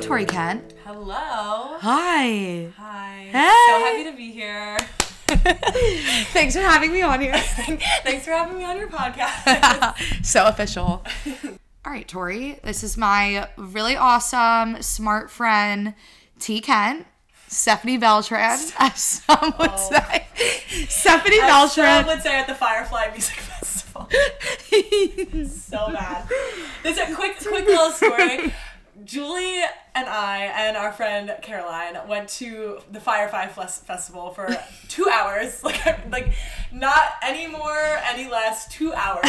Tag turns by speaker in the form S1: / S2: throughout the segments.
S1: Tori Kent.
S2: Hello.
S1: Hi.
S2: Hi. So
S1: Hey.
S2: happy to be here.
S1: Thanks for having me on here.
S2: Thanks for having me on your podcast.
S1: so official. All right, Tori, this is my really awesome, smart friend, T. Kent. Stephanie Beltran, as some would say. Stephanie
S2: Oh. As Sean
S1: Beltran.
S2: would say at the Firefly Music Festival. so bad. This is a quick, quick little story. Julie and I and our friend Caroline went to the Firefly Fles- Festival for two hours, like like not any more, any less, two hours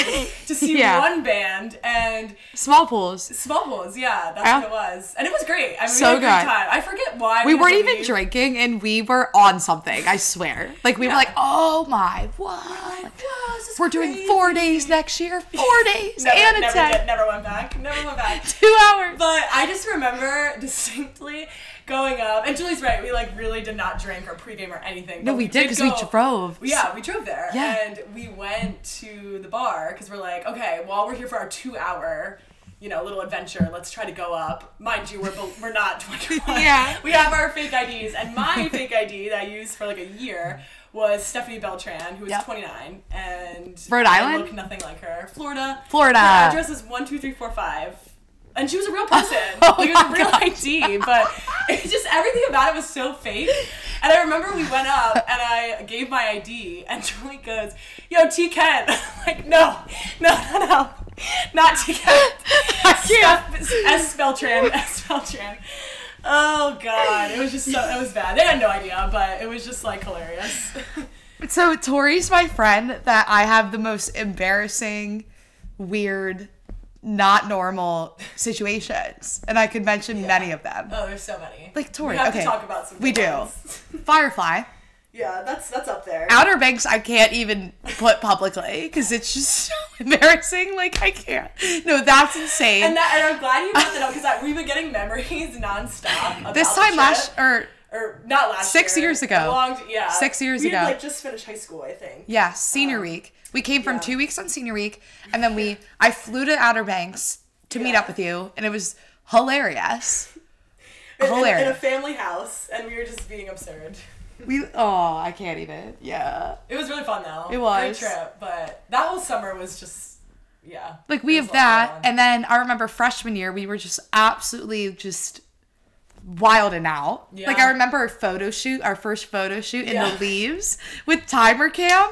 S2: to see
S1: Yeah.
S2: one band and
S1: Small pools.
S2: small pools. Yeah, that's
S1: Yeah.
S2: what it was, and it was great. I mean,
S1: So
S2: we had a
S1: good.
S2: good time. I forget why
S1: We
S2: had
S1: weren't
S2: to
S1: even
S2: leave.
S1: drinking and we were on something, I swear. Like, we were like, oh my, what?
S2: Whoa, this is
S1: We're doing
S2: crazy.
S1: four days next year, four days,
S2: Never,
S1: and a
S2: never,
S1: 10.
S2: did- never went back. Never went back.
S1: Two hours.
S2: But I just remember distinctly going up, and Julie's right. We like really did not drink or pregame or anything.
S1: No,
S2: but
S1: we did because we
S2: go-
S1: drove.
S2: Yeah, we drove there,
S1: Yeah.
S2: and we went to the bar because we're like, okay, while we're here for our two-hour, you know, little adventure, let's try to go up. Mind you, we're bel- we're not twenty-one.
S1: Yeah.
S2: we have our fake IDs, and my fake ID that I used for like a year was Stephanie Beltran, who was
S1: Yep.
S2: twenty-nine, and
S1: Rhode
S2: I
S1: Island?
S2: looked nothing like her. Florida,
S1: Florida.
S2: Her address is one two three four five. And she was a real person.
S1: Oh
S2: like, it was a
S1: my
S2: real
S1: God.
S2: ID, but it just everything about it was so fake. And I remember we went up and I gave my ID, and Julie goes, Yo, T Kent. I'm like, no, no, no, no. Not T Kent.
S1: I can't.
S2: S Beltran, S Beltran. Oh, God. It was just so, it was bad. They had no idea, but it was just like hilarious.
S1: So Tori's my friend that I have the most embarrassing, weird, not normal situations, and I could mention many of them.
S2: Oh, there's so many.
S1: Like Tori,
S2: we have
S1: okay,
S2: to talk about some
S1: we
S2: good
S1: do.
S2: ones.
S1: Firefly,
S2: Yeah, that's that's up there.
S1: Outer Banks, I can't even put publicly because it's just so embarrassing. Like I can't. No, that's insane.
S2: And, that, and I'm glad you brought that up because we've been getting memories nonstop. About
S1: this
S2: the
S1: time last
S2: trip.
S1: or
S2: or not last
S1: Six
S2: year,
S1: years ago.
S2: a long- yeah,
S1: Six years
S2: we had,
S1: ago.
S2: like just finished high school, I think.
S1: Yeah, senior week. We came from
S2: Um, yeah.
S1: two weeks on senior week, and then we I flew to Outer Banks to meet
S2: Yeah.
S1: up with you, and it was hilarious.
S2: In- in, in a
S1: hilarious.
S2: family house, and we were just being absurd.
S1: We oh, I can't even. Yeah,
S2: It was really fun though.
S1: It was.
S2: great trip, but that whole summer was just yeah.
S1: like we
S2: It was
S1: have
S2: a lot
S1: that,
S2: of fun.
S1: and then I remember freshman year we were just absolutely just wilding out. Like
S2: Yeah.
S1: I remember our photo shoot, our first photo shoot in
S2: Yeah.
S1: the leaves with timer cam.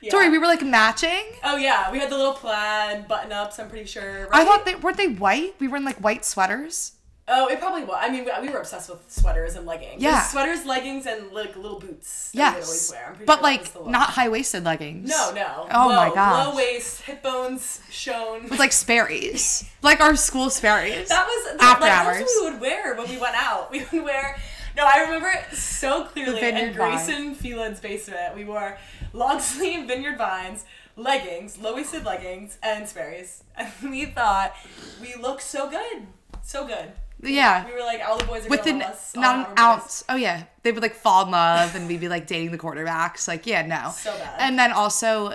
S2: yeah.
S1: Tori, we were like matching.
S2: Oh yeah, we had the little plaid button ups. I'm pretty sure.
S1: I
S2: right?
S1: thought they weren't they white. We were in like white sweaters.
S2: Oh, it probably was. I mean, we, we were obsessed with sweaters and leggings. It was
S1: Yeah.
S2: sweaters, leggings, and like little boots. That we would always
S1: Yes,
S2: wear. I'm pretty
S1: but
S2: sure that was the
S1: like
S2: look.
S1: not high waisted leggings.
S2: No, no.
S1: Oh my
S2: Low-
S1: gosh.
S2: Low waist, hip bones shown.
S1: with like Sperry's, like our school Sperry's.
S2: That was
S1: After
S2: like,
S1: hours.
S2: That's what we would wear when we went out. We would wear. No, I remember it so clearly. In
S1: vineyard vines.
S2: Grayson Phelan's basement, we wore long sleeve vineyard vines, leggings, low waisted leggings, and Sperry's, and we thought we looked so good, so good.
S1: yeah,
S2: We were like, all the boys are
S1: within
S2: gonna love us. all
S1: not
S2: our
S1: an
S2: boys.
S1: ounce. Oh yeah, they would like fall in love, and we'd be like dating the quarterbacks. Like yeah, no.
S2: So bad.
S1: And then also,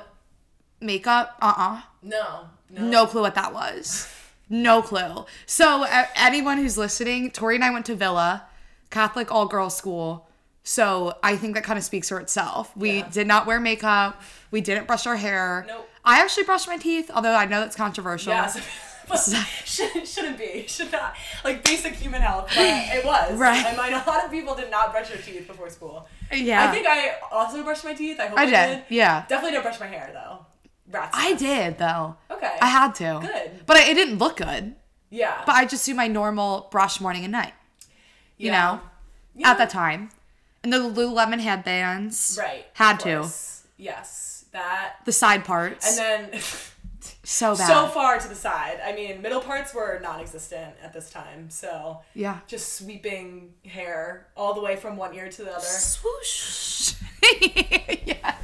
S1: makeup. Uh uh
S2: No, no.
S1: No clue what that was. No clue. So uh, anyone who's listening, Tori and I went to Villa, Catholic all girls school. So I think that kind of speaks for itself. We
S2: Yeah.
S1: did not wear makeup. We didn't brush our hair.
S2: Nope.
S1: I actually brushed my teeth, although I know that's controversial.
S2: Yeah, so, should, shouldn't be, should not. Like basic human health, but it was.
S1: Right.
S2: And my, a lot of people did not brush their teeth before school.
S1: Yeah.
S2: I think I also brushed my teeth. I hope
S1: I
S2: I,
S1: did, yeah.
S2: Definitely didn't brush my hair though. Rats.
S1: I did though.
S2: Okay.
S1: I had to.
S2: Good.
S1: But I, it didn't look good.
S2: Yeah.
S1: But I just do my normal brush morning and night, you
S2: Yeah.
S1: know, at that time. And the Lululemon headbands.
S2: Right.
S1: Had
S2: of
S1: to.
S2: course. Yes, that.
S1: The side parts.
S2: And then
S1: so bad.
S2: so far to the side. I mean, middle parts were non-existent at this time. So
S1: yeah.
S2: just sweeping hair all the way from one ear to the other.
S1: Swoosh. yeah.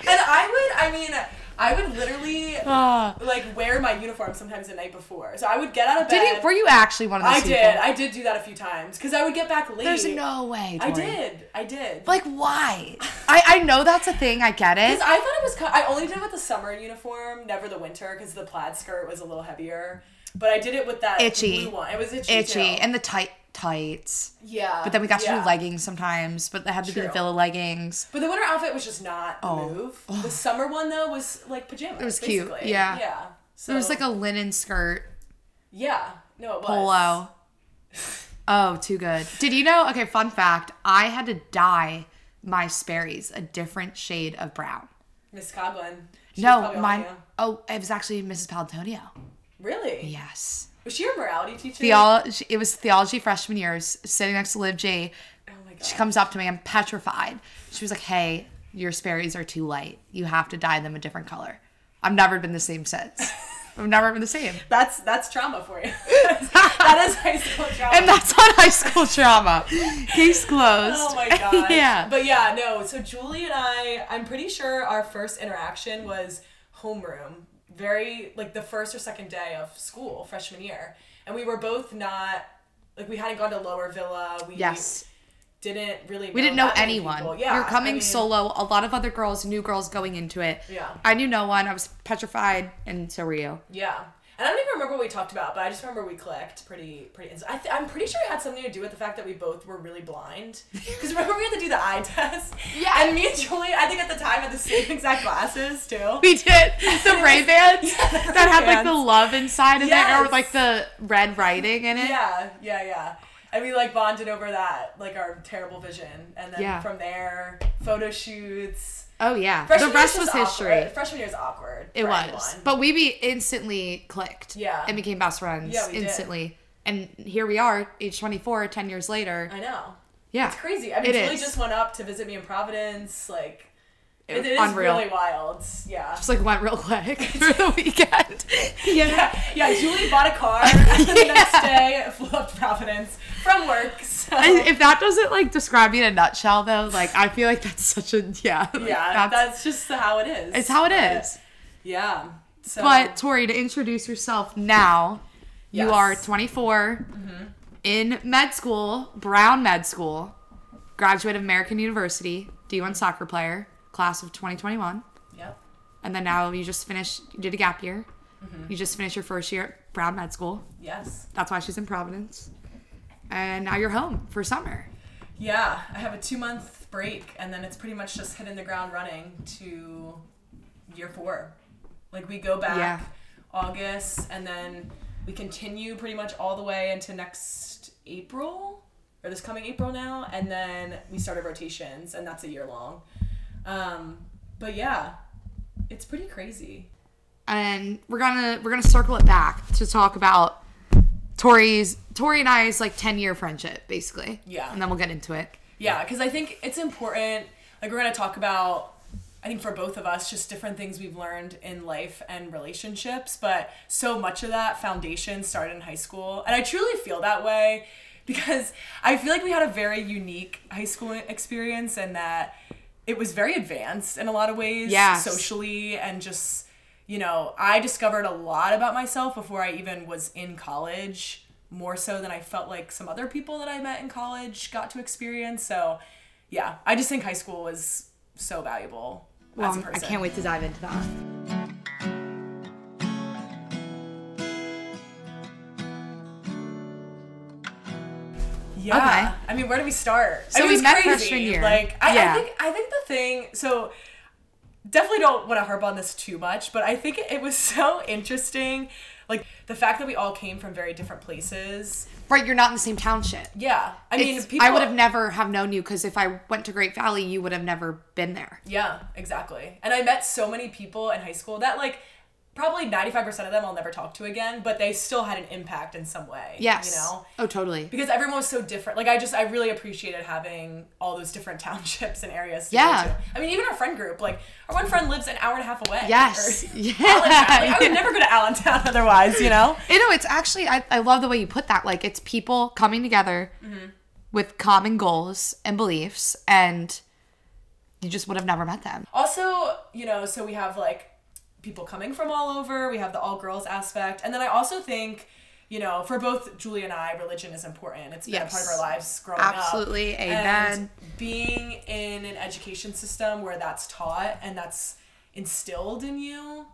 S2: And I would, I mean, I would literally
S1: Ah.
S2: like wear my uniform sometimes the night before. So I would get out of bed.
S1: did you? Were you actually one of those
S2: I
S1: people?
S2: did. I did do that a few times because I would get back late.
S1: There's no way.
S2: I
S1: Tori.
S2: did. I did.
S1: Like why? I I know that's a thing. I get it.
S2: 'Cause I thought it was. co- I only did it with the summer uniform, never the winter, because the plaid skirt was a little heavier. But I did it with that
S1: Itchy.
S2: blue one. It was itchy.
S1: Itchy
S2: too.
S1: and the tight tights.
S2: Yeah.
S1: But then we got to
S2: yeah.
S1: do leggings sometimes, but they had to be the
S2: True.
S1: villa leggings.
S2: But the winter outfit was just not the move. The summer one though was like pajamas. It
S1: Oh. was cute,
S2: Basically.
S1: yeah.
S2: Yeah. So
S1: There was like a linen skirt,
S2: yeah. No, it was
S1: polo. Oh, too good. Did you know? Okay, fun fact I had to dye my Sperry's a different shade of brown.
S2: Miss Coglin. She was
S1: no,
S2: probably on
S1: mine.
S2: you.
S1: Oh, it was actually Mrs. Palantonio.
S2: Really?
S1: Yes.
S2: Was she your morality teacher?
S1: Theology, it was theology freshman years, sitting next to Liv J.
S2: oh my god.
S1: She comes up to me, I'm petrified. She was like, Hey, your Sperry's are too light. You have to dye them a different color. I've never been the same since. I've never been the same.
S2: That's that's trauma for you. that is high school trauma.
S1: And that's not high school trauma. Case closed.
S2: Oh my god.
S1: yeah.
S2: But yeah, no. So Julie and I, I'm pretty sure our first interaction was homeroom. Very like the first or second day of school, freshman year. And we were both not like we hadn't gone to Lower Villa. We
S1: yes.
S2: didn't really know
S1: We didn't know
S2: that many
S1: anyone.
S2: people.
S1: You're coming
S2: I mean,
S1: solo. A lot of other girls, new girls going into it.
S2: Yeah.
S1: I knew no one. I was petrified, and so were you.
S2: Yeah. And I don't even remember what we talked about, but I just remember we clicked pretty, pretty. ins- I th- I'm pretty sure it had something to do with the fact that we both were really blind. Because remember we had to do the eye test.
S1: Yeah.
S2: And me and Julie, I think at the time had the same exact glasses too.
S1: We did the Ray Bans that had like the
S2: Ray-Bans.
S1: love inside of it, or with
S2: Yes.
S1: like the red writing in it.
S2: Yeah, yeah, yeah. And we like bonded over that, like our terrible vision, and then
S1: Yeah.
S2: from there, photo shoots.
S1: Oh yeah,
S2: Freshman
S1: the
S2: year's
S1: rest was
S2: just
S1: history.
S2: awkward. Freshman year is awkward.
S1: It
S2: for
S1: was,
S2: everyone.
S1: but we be instantly clicked.
S2: Yeah.
S1: and became best friends
S2: Yeah, we did.
S1: instantly. And here we are, age 24, 10 years later.
S2: I know
S1: yeah,
S2: it's crazy. I mean,
S1: It
S2: Julie
S1: is.
S2: just went up to visit me in Providence. Like,
S1: It was
S2: it is
S1: unreal.
S2: really wild. Yeah.
S1: Just like went real quick for the weekend. yeah.
S2: Yeah, yeah, Julie bought a car and the next day flew up to Providence from work. So
S1: I- if that doesn't like describe me in a nutshell though like i feel like that's such a yeah like,
S2: yeah, that's, just how it is.
S1: it's how it
S2: But,
S1: is
S2: Yeah. So
S1: but tori to introduce yourself now you
S2: Yes. Mm-hmm.
S1: are 24 in med school brown med school graduate of american university d1 soccer player class of 2021
S2: Yep.
S1: and then now you just finished you did a gap year
S2: Mm-hmm.
S1: you just finished your first year at brown med school
S2: Yes.
S1: that's why she's in providence and now you're home for summer
S2: Yeah, I have a two month break, and then it's pretty much just hitting the ground running to year four. Like we go back
S1: Yeah.
S2: August, and then we continue pretty much all the way into next April or this coming April now, and then we started rotations, and that's a year long. Um, but yeah, it's pretty crazy.
S1: and we're gonna we're gonna circle it back to talk about Tori's Tori and I's like ten year friendship basically.
S2: Yeah.
S1: And then we'll get into it.
S2: Yeah, because I think it's important. Like we're gonna talk about, I think for both of us, just different things we've learned in life and relationships. But so much of that foundation started in high school, and I truly feel that way because I feel like we had a very unique high school experience, and that it was very advanced in a lot of ways,
S1: Yes.
S2: socially and just. You know, I discovered a lot about myself before I even was in college more so than I felt like some other people that I met in college got to experience. So, yeah, I just think high school was so valuable as a
S1: Um, I
S2: person.
S1: can't wait to dive into that.
S2: Yeah.
S1: Okay.
S2: I mean, where do we start?
S1: So
S2: I mean,
S1: we
S2: it's
S1: met
S2: crazy.
S1: freshman year.
S2: Like, I,
S1: Yeah.
S2: I think I think the thing. So definitely don't want to harp on this too much, but I think it, it was so interesting. Like the fact that we all came from very different places.
S1: Right, you're not in the same township.
S2: Yeah. I mean,
S1: It's-
S2: people.
S1: I would have never have known you because if I went to Great Valley, you would have never been there.
S2: Yeah, exactly. And I met so many people in high school that like probably 95% of them I'll never talk to again, but they still had an impact in some way.
S1: Yes.
S2: You know?
S1: Oh, totally.
S2: Because everyone was so different. Like I just I really appreciated having all those different townships and areas to
S1: Yeah.
S2: go to. I mean, even our friend group, like our one friend lives an hour and a half away.
S1: Yes.
S2: Or-
S1: Yeah.
S2: Allentown. Like, I
S1: yeah.
S2: would never go to Allentown otherwise, you know?
S1: You know, it's actually I, I love the way you put that. Like it's people coming together with common goals and beliefs, and you just would have never met them.
S2: Also, you know, so we have like people coming from all over, we have the all girls aspect. And then I also think, you know, for both Julie and I, religion is important. It's been a part of
S1: Yes.
S2: our lives growing
S1: Absolutely.
S2: up.
S1: Amen.
S2: And being in an education system where that's taught and that's instilled in you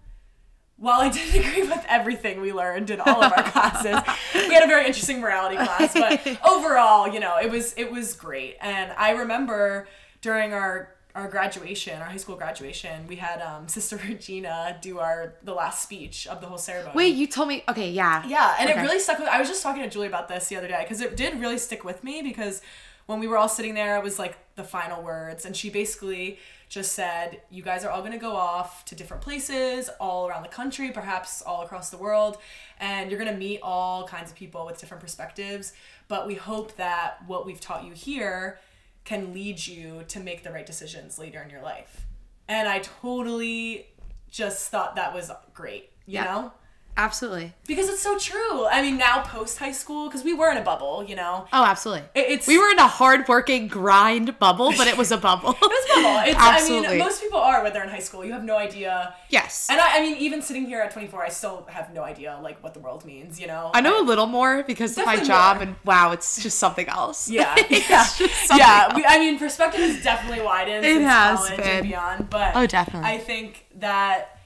S2: while I didn't agree with everything we learned in all of our classes, we had a very interesting morality class. But overall, you know, it was it was great. And I remember during our our graduation, our high school graduation, we had um, Sister Regina do our the last speech of the whole ceremony.
S1: Wait, you told me. Okay, yeah.
S2: Yeah, and
S1: Okay.
S2: it really stuck with. I was just talking to Julie about this the other day because it did really stick with me because when we were all sitting there, it was like the final words, and she basically just said, "You guys are all going to go off to different places all around the country, perhaps all across the world, and you're going to meet all kinds of people with different perspectives. But we hope that what we've taught you here." can lead you to make the right decisions later in your life. And I totally just thought that was great, you
S1: Yeah.
S2: know?
S1: Absolutely.
S2: Because it's so true. I mean, now post high school, because we were in a bubble, you know.
S1: Oh, absolutely.
S2: It- it's
S1: we were in a hardworking grind bubble, but it was a bubble. it
S2: It's a bubble. It's, I
S1: Absolutely.
S2: mean, most people are when they're in high school. You have no idea.
S1: yes.
S2: And I, I mean, even sitting here at 24, I still have no idea like what the world means, you know.
S1: I know a little more because of my
S2: Definitely
S1: job,
S2: more.
S1: and wow, it's just something else.
S2: Yeah,
S1: It's
S2: yeah,
S1: just something
S2: yeah. We, I mean, perspective has definitely widened.
S1: It
S2: since
S1: has
S2: college
S1: been.
S2: and beyond, but
S1: Oh, definitely.
S2: I think that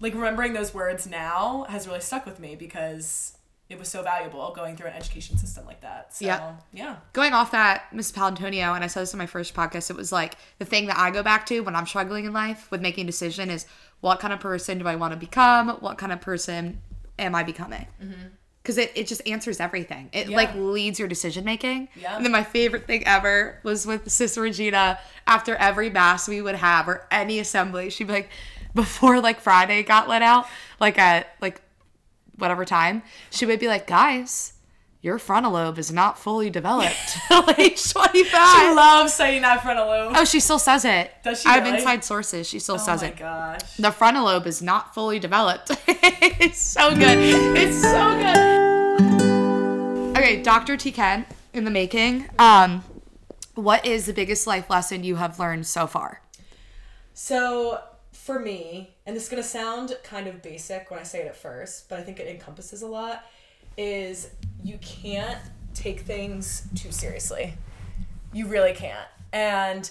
S2: like remembering those words now has really stuck with me because it was so valuable going through an education system like that. So,
S1: Yeah.
S2: yeah.
S1: going off that Mrs. Palantonio, and I said this in my first podcast, it was like the thing that I go back to when I'm struggling in life with making a decision is what kind of person do I want to become? What kind of person am I becoming? Because it, it just answers everything. It like leads your decision making.
S2: Yeah.
S1: And then my favorite thing ever was with Sister Regina after every mass we would have or any assembly, she'd be like, before like Friday got let out, like at like whatever time, she would be like, guys, your frontal lobe is not fully developed till age 25.
S2: I love saying that frontal lobe.
S1: oh, she still says it.
S2: Does she
S1: I have
S2: really?
S1: inside sources. She still
S2: Oh
S1: says
S2: my
S1: it.
S2: gosh.
S1: The frontal lobe is not fully developed. it's so good. It's so good. Okay, Dr. T. Kent in the making. Um, what is the biggest life lesson you have learned so far?
S2: So for me, and this is gonna sound kind of basic when I say it at first, but I think it encompasses a lot, is you can't take things too seriously. You really can't. And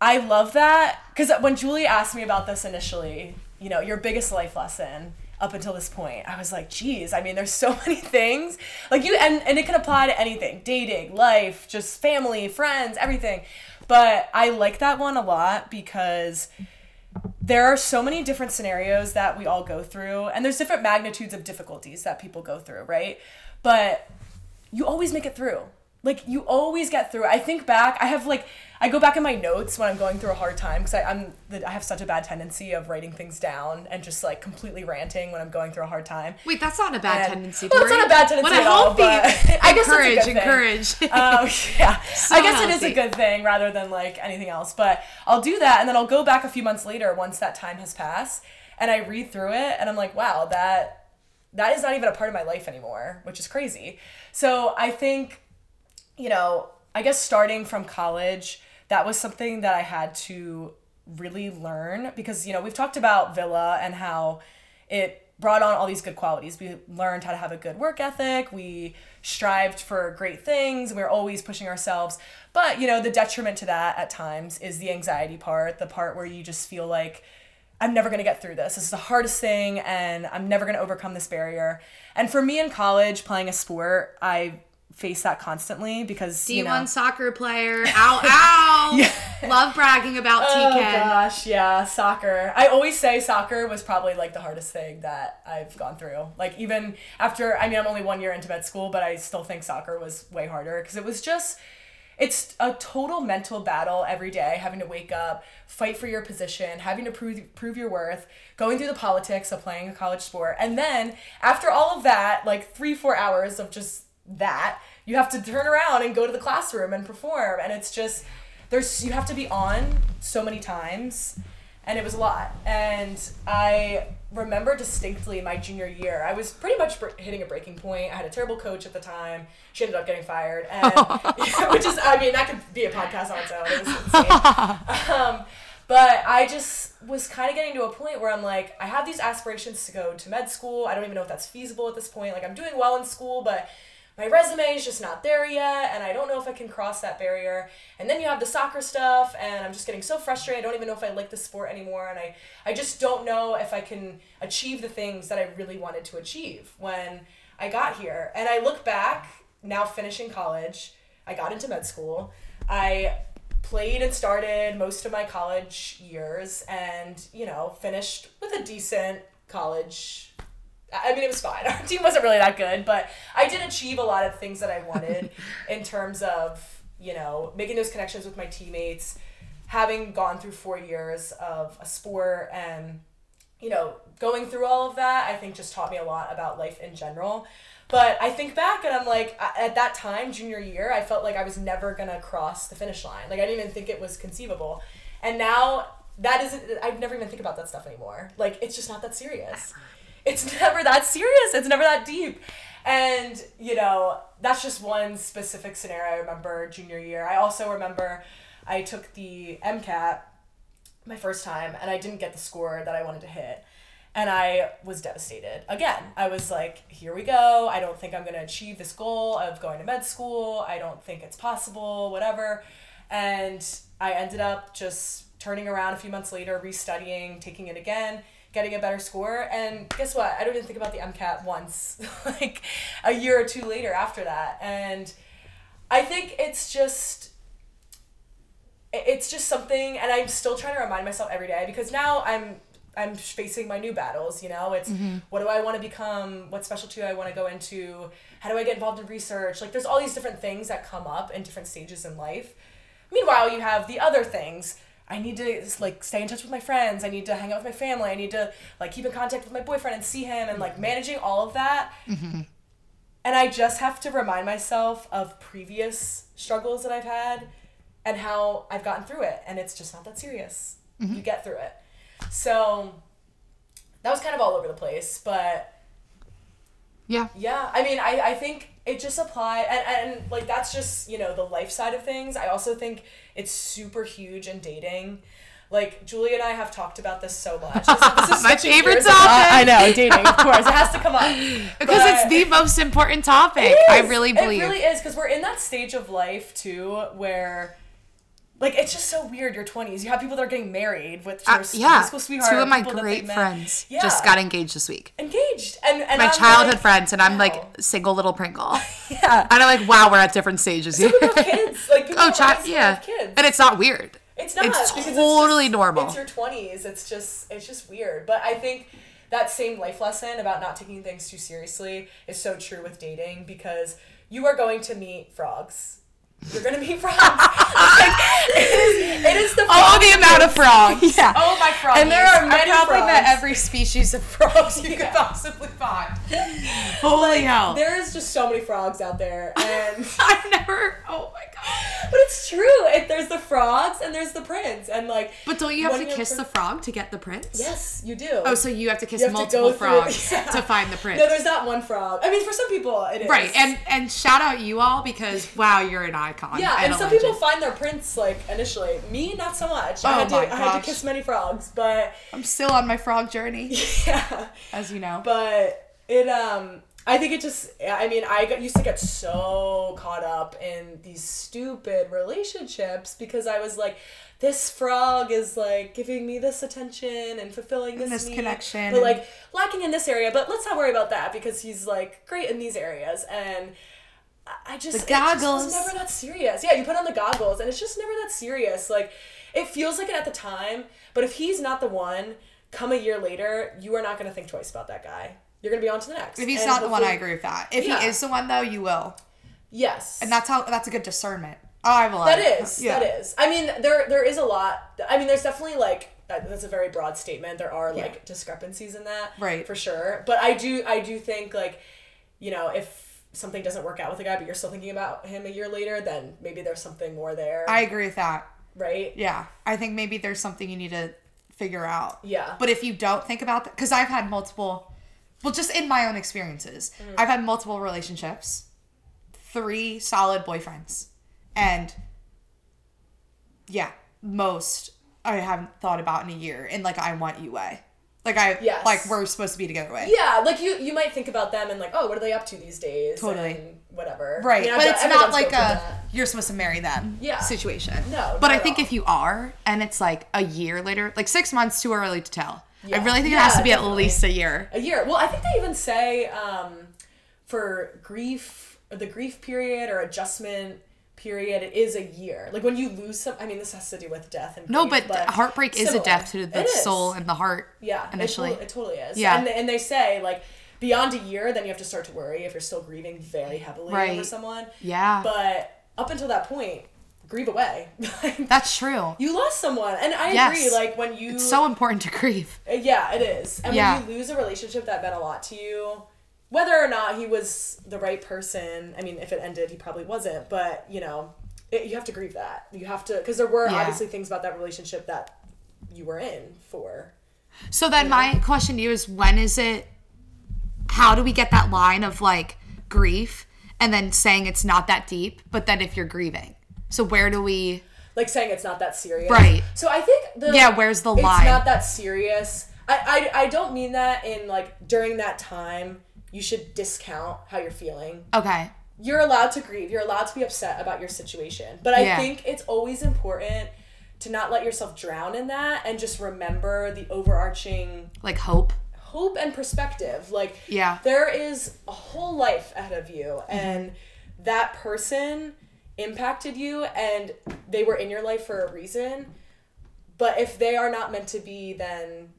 S2: I love that because when Julie asked me about this initially, you know, your biggest life lesson up until this point, I was like, geez, I mean, there's so many things. Like you, and, and it can apply to anything dating, life, just family, friends, everything. But I like that one a lot because there are so many different scenarios that we all go through, and there's different magnitudes of difficulties that people go through, right? But you always make it through. Like you always get through. I think back. I have like I go back in my notes when I'm going through a hard time because I'm the, I have such a bad tendency of writing things down and just like completely ranting when I'm going through a hard time.
S1: Wait, that's not a bad
S2: And-
S1: tendency.
S2: Well, it's
S1: Tori.
S2: not a bad tendency
S1: What a
S2: at all,
S1: healthy.
S2: but I guess it's a
S1: encourage,
S2: good thing.
S1: encourage.
S2: Oh yeah, I guess it is
S1: healthy.
S2: a good thing rather than like anything else. But I'll do that, and then I'll go back a few months later once that time has passed, and I read through it, and I'm like, wow, that that is not even a part of my life anymore, which is crazy. So I think, you know, I guess starting from college, that was something that I had to really learn because you know we've talked about Villa and how it brought on all these good qualities. We learned how to have a good work ethic. We strived for great things. We were always pushing ourselves. But, you know, the detriment to that at times is the anxiety part, the part where you just feel like I'm never going to get through this. This is the hardest thing and I'm never going to overcome this barrier. And for me in college playing a sport, I face that constantly because
S1: D1
S2: you know,
S1: soccer player. Ow, ow. Love bragging about
S2: Oh
S1: TK.
S2: gosh, yeah, soccer. I always say soccer was probably like the hardest thing that I've gone through. Like even after, I mean, I'm only one year into med school, but I still think soccer was way harder because it was just, it's a total mental battle every day, having to wake up, fight for your position, having to prove prove your worth, going through the politics of playing a college sport, and then after all of that, like three four hours of just that, you have to turn around and go to the classroom and perform, and it's just there's you have to be on so many times and it was a lot and i remember distinctly my junior year i was pretty much br- hitting a breaking point i had a terrible coach at the time she ended up getting fired and which is i mean that could be a podcast on its own it was insane. um, but i just was kind of getting to a point where i'm like i have these aspirations to go to med school i don't even know if that's feasible at this point like i'm doing well in school but my resume is just not there yet, and I don't know if I can cross that barrier. And then you have the soccer stuff, and I'm just getting so frustrated. I don't even know if I like the sport anymore, and I, I just don't know if I can achieve the things that I really wanted to achieve when I got here. And I look back, now finishing college, I got into med school. I played and started most of my college years and, you know, finished with a decent college I mean, it was fine. Our team wasn't really that good, but I did achieve a lot of things that I wanted in terms of, you know, making those connections with my teammates, having gone through four years of a sport and, you know, going through all of that, I think just taught me a lot about life in general. But I think back and I'm like, I- at that time, junior year, I felt like I was never going to cross the finish line. Like, I didn't even think it was conceivable. And now, that isn't, I've never even think about that stuff anymore. Like, it's just not that serious it's never that serious. It's never that deep. And, you know, that's just one specific scenario I remember junior year. I also remember I took the MCAT my first time and I didn't get the score that I wanted to hit. And I was devastated. Again, I was like, here we go. I don't think I'm going to achieve this goal of going to med school. I don't think it's possible, whatever. And I ended up just turning around a few months later, restudying, taking it again, getting a better score. And guess what? I didn't even think about the MCAT once, like a year or two later after that. And I think it's just it- it's just something and i'm still trying to remind myself every day because now i'm i'm facing my new battles you know it's what do i want to become what specialty do i want to go into how do i get involved in research like there's all these different things that come up in different stages in life meanwhile you have the other things i need to like stay in touch with my friends i need to hang out with my family i need to like keep in contact with my boyfriend and see him and like managing all of that and I just have to remind myself of previous struggles that I've had and how I've gotten through it. And it's just not that serious.
S1: Mm-hmm.
S2: You get through it. So that was kind of all over the place. But
S1: Yeah.
S2: yeah, I mean, I, I think it just apply and, and like that's just, you know, the life side of things. I also think it's super huge in dating. Like Julie and I have talked about this so much. This, this is
S1: My
S2: switching
S1: favorite
S2: gears a lot.
S1: topic.
S2: I know dating, of course, it has to come up
S1: Because
S2: But-
S1: it's the most important topic.
S2: It
S1: I
S2: is.
S1: really believe.
S2: it really is because we're in that stage of life too where like it's just so weird. Your twenties, you have people that are getting married with
S1: Uh,
S2: their s-
S1: yeah.
S2: high school sweetheart.
S1: Two of my
S2: people that they
S1: great
S2: met.
S1: friends
S2: Yeah.
S1: just got engaged this week.
S2: engaged, and, and
S1: My
S2: I'm
S1: childhood
S2: like,
S1: friends, and I'm
S2: wow.
S1: like single little Pringle.
S2: yeah,
S1: And I'm like, wow, we're at different stages here.
S2: people have kids, like people
S1: oh,
S2: oh,
S1: child, yeah.
S2: have kids.
S1: And it's not weird.
S2: It's not.
S1: It's
S2: because
S1: totally
S2: just-
S1: normal.
S2: It's your twenties. It's just it's just weird. But I think that same life lesson about not taking things too seriously is so true with dating because you are going to meet frogs. You're gonna meet frogs. It's like, it, is, it is the
S1: Oh,
S2: frog
S1: the amount of frogs. yeah.
S2: Oh my frog.
S3: And there
S2: years.
S3: are
S2: I
S3: many
S2: probably met
S3: every species of frogs you
S2: Yeah.
S3: could possibly find.
S1: Holy hell.
S2: There is just so many frogs out there, and
S3: I've never. Oh my god.
S2: but it's true. It, there's the frogs and there's the prince, and like
S1: But don't you have
S2: one
S1: to
S2: of your
S1: kiss
S2: fr-
S1: the frog to get the prince?
S2: Yes, you do.
S1: Oh, so you have to kiss
S2: You have to
S1: multiple
S2: go through-
S1: frogs
S2: yeah.
S1: to find the prince.
S2: No, there's not one frog. I mean, for some people, it is.
S1: right. And and shout out you all because wow, you're an icon.
S2: yeah, and
S1: a
S2: some people
S1: legend.
S2: find their prints like initially. Me, not so much. I
S1: Oh
S2: had to,
S1: my
S2: I had to
S1: gosh.
S2: kiss many frogs, but
S1: I'm still on my frog journey,
S2: yeah,
S1: as you know.
S2: but it um. I think it just, I mean, I got, used to get so caught up in these stupid relationships because I was like, this frog is like giving me this attention and fulfilling this,
S1: this
S2: need,
S1: connection
S2: But
S1: and-
S2: like lacking in this area, but let's not worry about that because he's like great in these areas. And I- I just
S1: The
S2: it just was
S1: goggles.
S2: never that serious. Yeah, you put on the goggles and it's just never that serious. Like it feels like it at the time, but if he's not the one, come a year later, you are not gonna think twice about that guy. You're gonna be on to the next.
S1: If he's
S2: And
S1: not the one, I
S2: hopefully-
S1: agree with that. If
S2: Yeah.
S1: he is the one though, you will.
S2: Yes.
S1: And that's how that's a good discernment. Oh, I have a lot.
S2: That
S1: of-
S2: is. That is. I mean, there there is a lot. I mean, there's definitely like that, that's a very broad statement. There are like discrepancies in that,
S1: Right.
S2: For sure. But I do I do think like, you know, if something doesn't work out with a guy, but you're still thinking about him a year later, then maybe there's something more there,
S1: I agree with that.
S2: right?
S1: Yeah. I think maybe there's something you need to figure out.
S2: Yeah.
S1: But if you don't think about that, because I've had multiple, well, just in my own experiences,
S2: Mm.
S1: I've had multiple relationships, three solid boyfriends. And yeah, most I haven't thought about in a year in like I want you way. Like I
S2: Yes.
S1: like we're supposed to be together with.
S2: Yeah, like you you might think about them and like, oh, what are they up to these days?
S1: Totally.
S2: And whatever.
S1: Right.
S2: You know,
S1: but it's not
S2: everyone's
S1: like a
S2: guilty of that.
S1: you're supposed to marry them
S2: Yeah.
S1: situation.
S2: No,
S1: But
S2: not
S1: I
S2: at
S1: think
S2: all.
S1: if you are and it's like a year later, like six months too early to tell.
S2: Yeah.
S1: I really think it
S2: Yeah,
S1: has to be at
S2: definitely.
S1: least a year.
S2: a year. Well, I think they even say um, for grief, the grief period or adjustment period, it is a year. Like when you lose some, I mean, this has to do with death and
S1: No,
S2: grief,
S1: but, heartbreak is a
S2: similar.
S1: death to the
S2: It is.
S1: soul and the heart.
S2: Yeah,
S1: Initially.
S2: it, to- it totally is.
S1: Yeah.
S2: and, and they say like beyond a year, then you have to start to worry if you're still grieving very heavily over
S1: Right.
S2: someone.
S1: Yeah.
S2: But up until that point, grieve away. Like,
S1: That's true.
S2: you lost someone, and I
S1: Yes.
S2: agree. Like when you
S1: It's so important to grieve.
S2: uh, Yeah, it is. And
S1: Yeah.
S2: when you lose a relationship that meant a lot to you, whether or not he was the right person, I mean, if it ended, he probably wasn't, but you know, it, you have to grieve that. You have to, because there were
S1: Yeah.
S2: obviously things about that relationship that you were in for.
S1: So then my question to you is when is it how do we get that line of like grief and then saying it's not that deep, but then if you're grieving? So where do we
S2: Like saying it's not that serious.
S1: Right.
S2: So I think the.
S1: Yeah, where's the
S2: it's
S1: line?
S2: not that serious. I, I, I don't mean that in like during that time, you should discount how you're feeling.
S1: Okay.
S2: you're allowed to grieve you're allowed to be upset about your situation but i
S1: Yeah.
S2: think it's always important to not let yourself drown in that and just remember the overarching
S1: Like hope.
S2: hope and perspective like
S1: Yeah. Mm-hmm.
S2: there is a whole life ahead of you and that person impacted you and they were in your life for a reason but if they are not meant to be then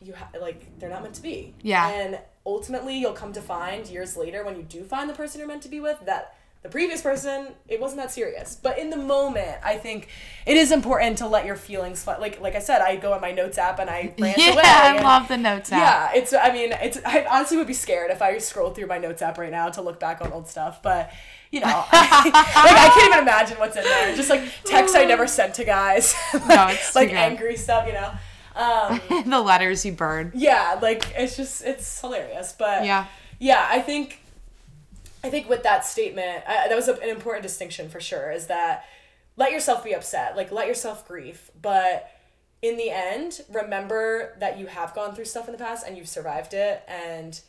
S2: you ha- like they're not meant to be
S1: Yeah.
S2: and ultimately you'll come to find years later when you do find the person you're meant to be with that the previous person it wasn't that serious but in the moment i think it is important to let your feelings fly. like like i said i go on my notes app and i rant
S1: Yeah,
S2: away
S1: I
S2: and-
S1: love the notes app.
S2: yeah, it's. I mean, it's. I honestly would be scared if I scroll through my notes app right now to look back on old stuff. But you know, like I can't even imagine what's in there. Just like texts I never sent to guys.
S1: No, it's too
S2: like
S1: good.
S2: angry stuff. You know. Um,
S1: the letters you burn.
S2: yeah, like it's just it's hilarious. But
S1: Yeah.
S2: yeah, I think. I think with that statement, I, that was a, an important distinction for sure. Is that let yourself be upset, like let yourself grieve, but in the end, remember that you have gone through stuff in the past and you've survived it and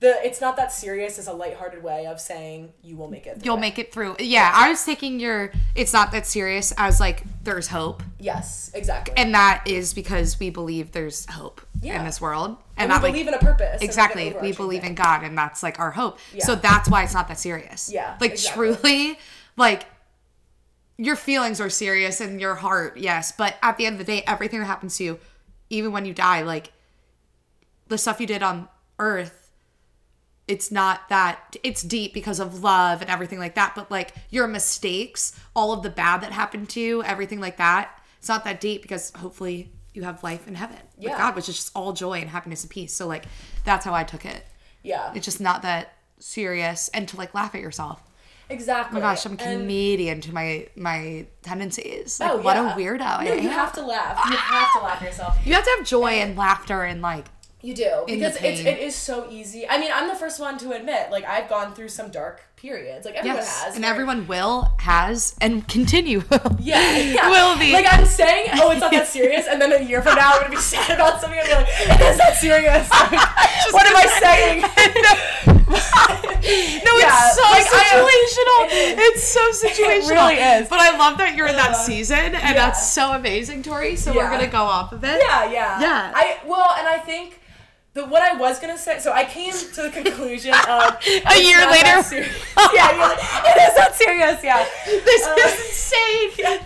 S2: the it's not that serious is a lighthearted way of saying you will make it. through
S1: You'll
S2: it.
S1: make it through. Yeah, I was taking your it's not that serious as like there's hope.
S2: Yes, exactly. And,
S1: And that is because we believe there's hope
S2: Yeah.
S1: in this world.
S2: we
S1: And, that
S2: believe
S1: like
S2: in a purpose. and like an
S1: Exactly. We
S2: overarching
S1: believe
S2: thing.
S1: in God and that's like our hope. So
S2: Yeah.
S1: that's why it's not that serious.
S2: Yeah,
S1: Like
S2: exactly.
S1: truly, like your feelings are serious and your heart, yes. But at the end of the day, everything that happens to you, even when you die, like the stuff you did on earth, it's not that it's deep because of love and everything like that. But like your mistakes, all of the bad that happened to you, everything like that, it's not that deep because hopefully you have life in heaven
S2: Yeah.
S1: with God, which is just all joy and happiness and peace. So like that's how I took it.
S2: Yeah.
S1: It's just not that serious and to like laugh at yourself.
S2: Exactly.
S1: Oh my gosh, I'm a
S2: And-
S1: comedian to my my tendencies. Like what
S2: Oh, yeah.
S1: a weirdo. I
S2: No, you
S1: am.
S2: have to laugh. You have to laugh at yourself.
S1: you have to have joy and laughter and like
S2: You do
S1: In the
S2: because it's
S1: pain.
S2: it is so easy. I mean, I'm the first one to admit, like I've gone through some dark periods. Like everyone
S1: yes,
S2: has,
S1: and
S2: where-
S1: everyone will has and continue.
S2: Yeah, yeah.
S1: will be.
S2: Like I'm saying, oh, it's not that serious, and then a year from now, I'm gonna be sad about something. I'm gonna be like, it's not serious. what am I saying?
S1: No,
S2: Yeah,
S1: it's so
S2: like, I-
S1: situational.
S2: it
S1: it's so situational.
S2: really is.
S1: But I love that you're in that
S2: Ugh.
S1: season, and that's so amazing, Tori. So
S2: Yeah.
S1: we're gonna go off of it.
S2: yeah, yeah,
S1: Yeah.
S2: I well, and I think the what I was gonna say. So I came to the conclusion of
S1: A year
S2: not that
S1: later,
S2: serious. yeah, you're like, it is not serious. Yeah.
S1: this
S2: Uh,
S1: is insane.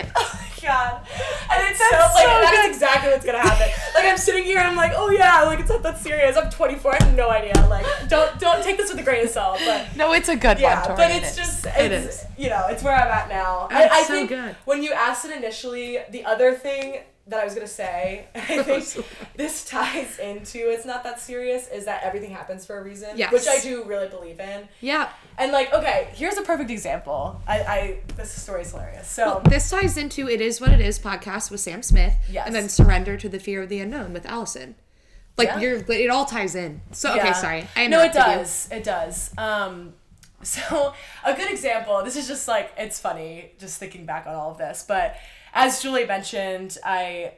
S2: Oh God. And it's
S1: That's
S2: so like
S1: so
S2: that's
S1: good.
S2: exactly what's gonna happen. like I'm sitting here and I'm like, oh yeah, like it's not that serious. I'm 24, I have no idea. Like don't don't take this with a grain of salt, but
S1: No, it's a good
S2: yeah,
S1: one, Tori.
S2: but
S1: It
S2: it's
S1: is.
S2: just
S1: It
S2: it's,
S1: is.
S2: you know, it's where I'm at now.
S1: That's
S2: I, I
S1: so
S2: think
S1: good.
S2: when you asked it initially, the other thing that I was gonna say, I think this ties into it's not that serious, is that everything happens for a reason.
S1: Yes.
S2: Which I do really believe in.
S1: yeah.
S2: And like, okay, here's a perfect example. I, I this story is hilarious. So
S1: This ties into It Is What It Is podcast with Sam Smith.
S2: Yes.
S1: And then Surrender to the Fear of the Unknown with Allison. Like
S2: Yeah.
S1: you're it all ties in. So okay,
S2: Yeah.
S1: sorry. I
S2: no, it
S1: interrupted you.
S2: does. It does. Um, so a good example. This is just like it's funny just thinking back on all of this, but as Julie mentioned, I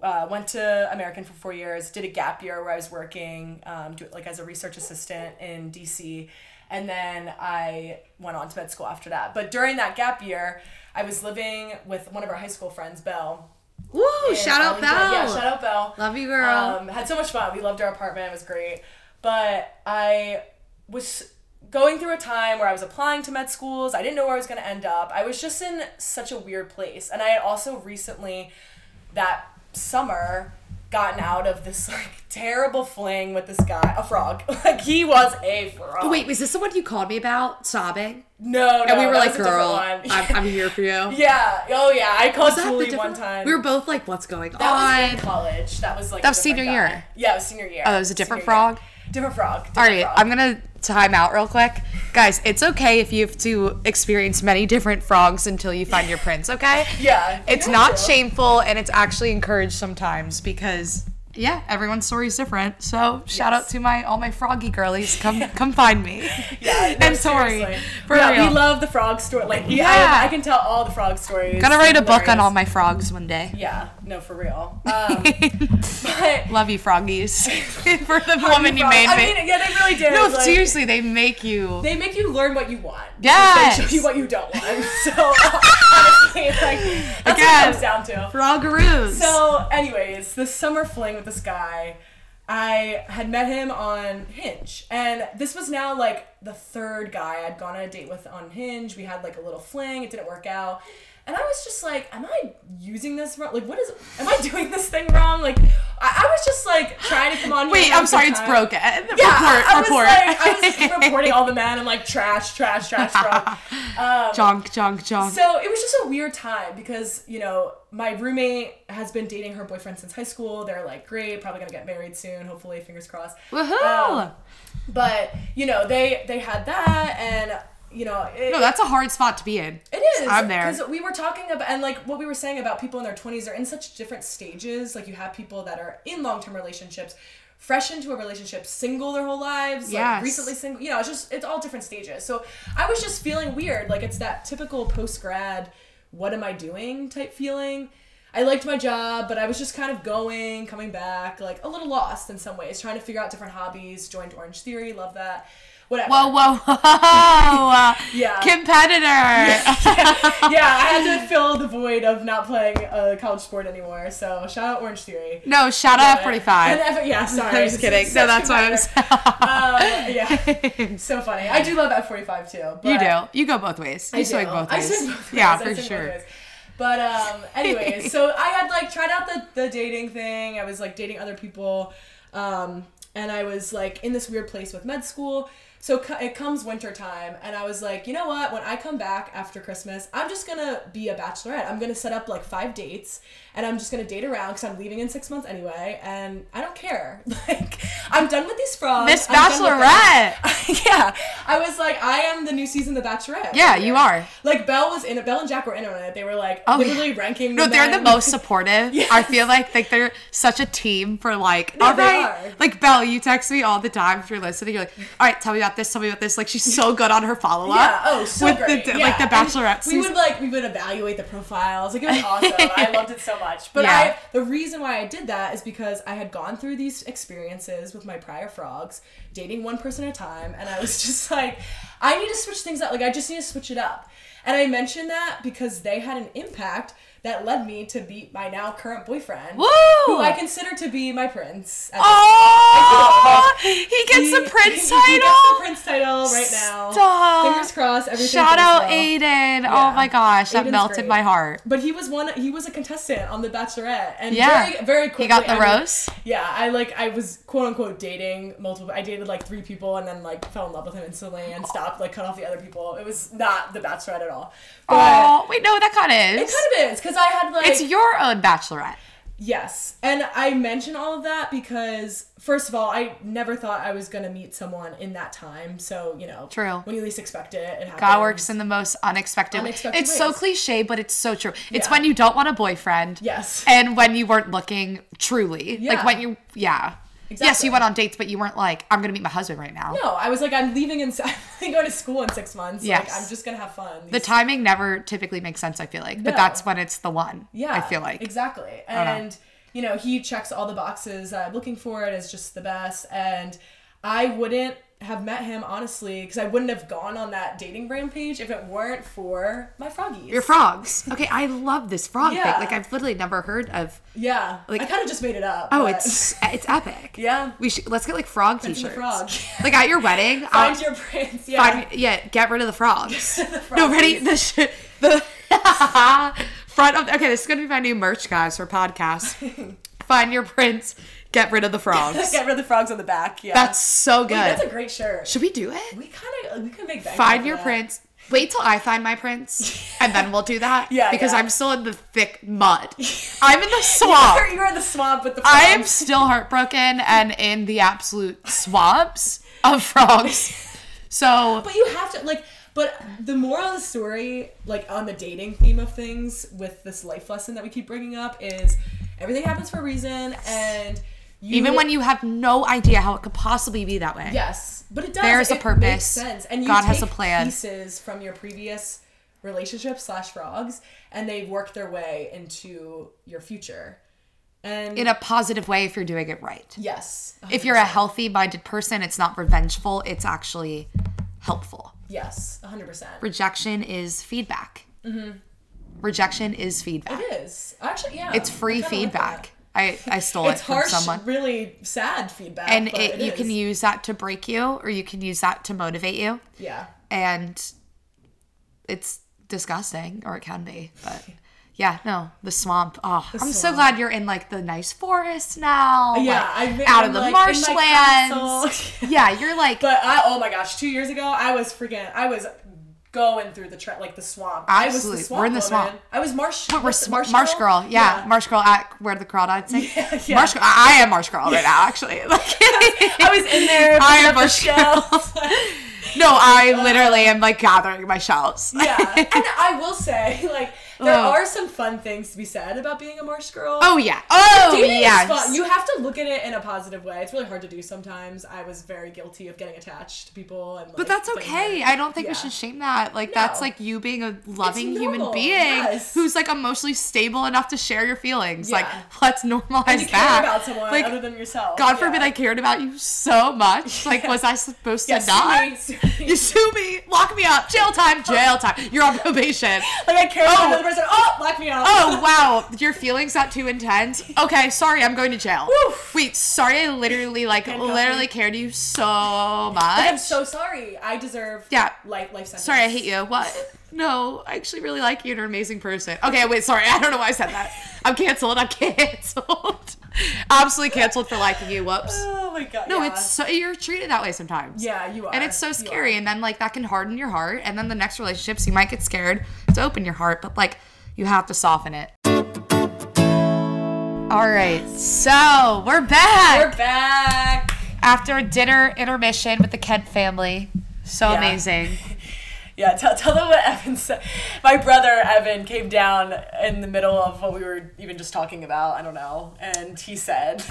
S2: uh, went to American for four years, did a gap year where I was working, um, do, like as a research assistant in DC, and then I went on to med school after that. But during that gap year, I was living with one of our high school friends, Belle.
S1: Woo!
S2: in
S1: Shout out
S2: Arlington.
S1: Belle.
S2: Yeah, shout out Belle.
S1: Love you, girl.
S2: Um, had so much fun. We loved our apartment. It was great. But I was going through a time where I was applying to med schools. I didn't know where I was going to end up. I was just in such a weird place. And I had also recently, that summer, gotten out of this like terrible fling with this guy, a frog. like he was a frog.
S1: Wait, was this the one you called me about sobbing?
S2: no, no.
S1: And we were
S2: that
S1: like,
S2: was a different
S1: "Girl, I'm,
S2: one."
S1: I'm here for you." yeah.
S2: yeah. Oh yeah. I called
S1: Was that the
S2: Julie one
S1: different-
S2: time.
S1: We were both like, "What's going
S2: That was
S1: on?"
S2: in college. That was like
S1: That was
S2: a different
S1: senior
S2: guy.
S1: year.
S2: Yeah, it was senior year.
S1: Oh, it was a different
S2: Senior year.
S1: frog?
S2: Different frog. Different
S1: All right,
S2: frog.
S1: I'm gonna time out real quick, guys. It's okay if you have to experience many different frogs until you find your prince. Okay?
S2: Yeah,
S1: It's
S2: yeah,
S1: not
S2: yeah.
S1: shameful, and it's actually encouraged sometimes because yeah, everyone's story is different. So shout out
S2: Yes.
S1: to my all my froggy girlies. Come come find me.
S2: Yeah, no,
S1: and sorry.
S2: seriously.
S1: For
S2: yeah,
S1: real.
S2: we love the frog story. Like, yeah,
S1: Yeah.
S2: I, I can tell all the frog stories.
S1: Gonna write a book on
S2: Hilarious.
S1: all my frogs one day.
S2: Yeah, no, for real. Um, but
S1: Love you, froggies, for the woman you
S2: frog-
S1: made
S2: I
S1: me.
S2: mean, yeah, they really did.
S1: no,
S2: like,
S1: seriously, they make you.
S2: They make you learn what you want.
S1: Yes.
S2: They show you what you don't want. So honestly, it's like that's what
S1: Again.
S2: it comes down to.
S1: Frogaroos.
S2: So, anyways, this summer fling with this guy, I had met him on Hinge, and this was now like the third guy I'd gone on a date with on Hinge. We had like a little fling. It didn't work out, and I was just like, "Am I using this wrong? Like, what is? Am I doing this thing wrong? Like, I, I was just like trying to come on." here and
S1: Wait,
S2: have a
S1: I'm
S2: good
S1: sorry, it's
S2: time.
S1: broken.
S2: Yeah,
S1: report,
S2: I, I
S1: report.
S2: was like, I was reporting all the men. I'm like, trash, trash, trash, trash. Um,
S1: Jonk, jonk, jonk.
S2: so it was just a weird time because, you know, my roommate has been dating her boyfriend since high school. They're like, great, probably gonna get married soon, hopefully, fingers crossed.
S1: Woohoo!
S2: Um, but, you know, they they had that and you know, it,
S1: no, that's a hard spot to be in.
S2: it is.
S1: I'm there.
S2: Because we were talking about, and like what we were saying about people in their 20s are in such different stages. Like you have people that are in long term relationships, fresh into a relationship, single their whole lives,
S1: Yes.
S2: like recently single. You know, it's just, it's all different stages. So I was just feeling weird. Like it's that typical post grad, what am I doing type feeling. I liked my job, but I was just kind of going, coming back, like a little lost in some ways, trying to figure out different hobbies. Joined Orange Theory, love that. Whatever.
S1: Whoa, whoa, whoa!
S2: Yeah.
S1: Competitor.
S2: yeah, I had to fill the void of not playing a college sport anymore. So shout out Orange Theory.
S1: No, shout out F45.
S2: And F- yeah, sorry.
S1: I'm just kidding. No, that's why I'm.
S2: Um, yeah, so funny. I do love F forty five too. But
S1: you do. You go both ways. You
S2: I
S1: swing
S2: do.
S1: both
S2: I
S1: ways.
S2: swing both ways.
S1: Yeah,
S2: I
S1: for
S2: swing both
S1: sure.
S2: ways. But um, anyways, so I had like tried out the the dating thing. I was like dating other people, um, and I was like in this weird place with med school. So co- it comes winter time, and I was like, you know what? When I come back after Christmas, I'm just gonna be a bachelorette. I'm gonna set up like five dates, and I'm just gonna date around because I'm leaving in six months anyway, and I don't care. Like I'm done with these frogs.
S1: Miss
S2: I'm done with them
S1: Bachelorette.
S2: yeah, I was like, I am the new season of The Bachelorette.
S1: Yeah,
S2: Right
S1: you
S2: there.
S1: are.
S2: Like Belle was in it. Belle and Jack were in on it. They were like
S1: Oh,
S2: literally
S1: yeah.
S2: ranking.
S1: No, they're the
S2: men.
S1: most supportive. I feel like like they're such a team for like all
S2: they
S1: right.
S2: are.
S1: Like Belle, you text me all the time if you're listening. You're like, all right, tell me about this, tell me about this. Like she's so good on her follow up.
S2: Yeah. Oh, so
S1: with
S2: great.
S1: The,
S2: yeah.
S1: like the
S2: And
S1: Bachelorette
S2: We
S1: season.
S2: would like we would evaluate the profiles. Like it was awesome. I loved it so much. But
S1: Yeah.
S2: I the reason why I did that is because I had gone through these experiences with my prior frogs, dating one person at a time, and I was just like, I need to switch things up. Like I just need to switch it up. And I mentioned that because they had an impact that led me to meet my now current boyfriend.
S1: Woo!
S2: who I consider to be my prince. at this
S1: Oh, he
S2: point.
S1: gets the
S2: He-
S1: prince
S2: he- He gets the
S1: title.
S2: prince title right now.
S1: Stop.
S2: Fingers crossed. Everything
S1: Shout
S2: goes
S1: out
S2: well.
S1: Aiden.
S2: Yeah.
S1: Oh my gosh, that
S2: Aiden's
S1: melted
S2: great.
S1: my heart.
S2: But he was one. He was a contestant on The Bachelorette, and
S1: Yeah.
S2: very, very quickly.
S1: He got the
S2: I mean,
S1: rose.
S2: yeah, I like. I was quote unquote dating multiple. I dated like three people, and then like fell in love with him instantly, and stopped like cut off the other people. It was not The Bachelorette at all. But
S1: Oh wait, no, that kind
S2: it
S1: of is.
S2: kind of is because I had like
S1: It's your own Bachelorette.
S2: Yes. And I mention all of that because, first of all, I never thought I was going to meet someone in that time. So, you know,
S1: True.
S2: When you least expect it, it happens.
S1: God works in the most unexpected. way.
S2: Unexpected
S1: it's so
S2: ways.
S1: cliche, but it's so true. It's
S2: Yeah.
S1: when you don't want a boyfriend.
S2: Yes.
S1: And when you weren't looking truly. Like
S2: Yeah.
S1: when you yeah. Yes,
S2: Exactly.
S1: you went on dates, but you weren't like, I'm gonna meet my husband right now.
S2: no, I was like, I'm leaving in, I'm going to school in six months.
S1: Yes.
S2: Like, I'm just going to have fun.
S1: The timing never typically makes sense, I feel like. But
S2: No.
S1: that's when it's the one.
S2: yeah.
S1: I feel like.
S2: Exactly. And. you know, he checks all the boxes that I'm looking for and is just the best. And I wouldn't have met him honestly because I wouldn't have gone on that dating rampage if it weren't for my froggies.
S1: Your frogs. Okay, I love this frog
S2: Yeah.
S1: thing. Like I've literally never heard of.
S2: yeah,
S1: Like-
S2: I kind of just made it up.
S1: Oh,
S2: but-
S1: it's it's epic.
S2: Yeah.
S1: We should let's get like frog
S2: It's the
S1: t-shirts.
S2: frog.
S1: Like at your wedding, I'll-
S2: Find your prince. Yeah.
S1: Find, yeah, get rid of the frogs. No,
S2: frogs.
S1: ready? The sh- the front of okay. This is gonna be my new merch, guys, for podcast. Find your prints. Get rid of the frogs.
S2: Get rid of the frogs on the back. Yeah.
S1: That's so good.
S2: Wait, that's a great shirt.
S1: Should we do it?
S2: We kind of we can make bank
S1: Find
S2: off
S1: your
S2: of that.
S1: prints. Wait till I find my prints, and then we'll do that.
S2: Yeah,
S1: because
S2: yeah.
S1: I'm still in the thick mud. I'm in the
S2: You're,
S1: swamp.
S2: you're in the swamp with the frogs.
S1: I am still heartbroken and in the absolute swamps of frogs. So
S2: But you have to like. But the moral of the story, like on the dating theme of things, with this life lesson that we keep bringing up, is everything happens for a reason, and you,
S1: even when you have no idea how it could possibly be that way.
S2: yes, but it does.
S1: There's a
S2: it
S1: purpose.
S2: Makes sense, and you
S1: God
S2: take
S1: has a plan.
S2: Pieces from your previous relationship slash frogs, and they work their way into your future. And
S1: in a positive way if you're doing it right.
S2: yes,
S1: If you're a healthy minded person, it's not revengeful, it's actually helpful.
S2: yes, hundred percent.
S1: Rejection is feedback. Rejection is feedback.
S2: Mm-hmm. It is actually yeah.
S1: It's free
S2: I kinda like that.
S1: feedback. I, I stole
S2: It's
S1: it from
S2: harsh,
S1: someone.
S2: really sad feedback.
S1: and
S2: but
S1: it, you
S2: is.
S1: can use that to break you or you can use that to motivate you.
S2: yeah.
S1: And it's disgusting, or it can be, but. Yeah, no, the swamp. Oh, I'm so
S2: swamp.
S1: glad you're in like the nice forest now.
S2: Yeah,
S1: like,
S2: I've been-
S1: out
S2: I'm,
S1: of the
S2: like, in my
S1: marshlands.
S2: castle.
S1: yeah, you're like
S2: But I, oh my gosh, two years ago, I was freaking, I was going through the tra- like the swamp. I was
S1: Absolutely.
S2: the swamp
S1: We're in the
S2: woman.
S1: swamp.
S2: I was marsh.
S1: But we're
S2: what's it,
S1: sm- marsh, girl. Yeah, marsh girl at where the crawdads sing.
S2: yeah.
S1: Marsh girl. I I am marsh girl right now, actually. Like,
S2: I was in there.
S1: I am
S2: picking up the
S1: marsh
S2: shells.
S1: no, I literally am like gathering my shells.
S2: yeah, and I will say, like, there
S1: Oh.
S2: are some fun things to be said about being a marsh girl.
S1: oh yeah. Oh
S2: Dating is
S1: yes.
S2: fun. You have to look at it in a positive way. It's really hard to do sometimes. I was very guilty of getting attached to people, and like,
S1: but that's
S2: getting
S1: okay.
S2: hurt.
S1: I don't think we
S2: Yeah.
S1: should shame that. Like that's
S2: No.
S1: like you being a loving
S2: It's
S1: human
S2: normal,
S1: being
S2: yes.
S1: who's like emotionally stable enough to share your feelings. Like
S2: Yeah.
S1: let's normalize
S2: And to
S1: that.
S2: care about someone
S1: like
S2: other than yourself.
S1: God
S2: yeah.
S1: forbid I cared about you so much. Like was I supposed
S2: Yeah,
S1: to
S2: sue
S1: not?
S2: me, sue me.
S1: You sue me, lock me up, jail time, jail time. You're on probation.
S2: Like I care about
S1: Oh.
S2: another person. Oh, lock me out.
S1: Oh wow, your feelings not too intense. Okay, sorry, I'm going to jail.
S2: Woof.
S1: Wait, sorry, I literally like
S2: Handcuff
S1: literally
S2: me.
S1: cared you so
S2: I'm
S1: much.
S2: so sorry. I deserve
S1: Yeah.
S2: life life sentence.
S1: sorry, I hate you. What? No, I actually really like you. You're an amazing person. Okay, wait, sorry, I don't know why I said that. I'm canceled. I'm canceled. Absolutely canceled for liking you. Whoops.
S2: Oh my god.
S1: No,
S2: yeah.
S1: it's so, you're treated that way sometimes.
S2: yeah, you are,
S1: And it's so
S2: You
S1: scary.
S2: are.
S1: And then like that can harden your heart. And then the next relationships, you might get scared to open your heart, but like you have to soften it. All right, so we're back
S2: We're back.
S1: after a dinner intermission with the Kent family. So
S2: Yeah.
S1: amazing.
S2: Yeah, tell, tell them what Evan said. My brother Evan came down in the middle of what we were even just talking about. I don't know, and he said,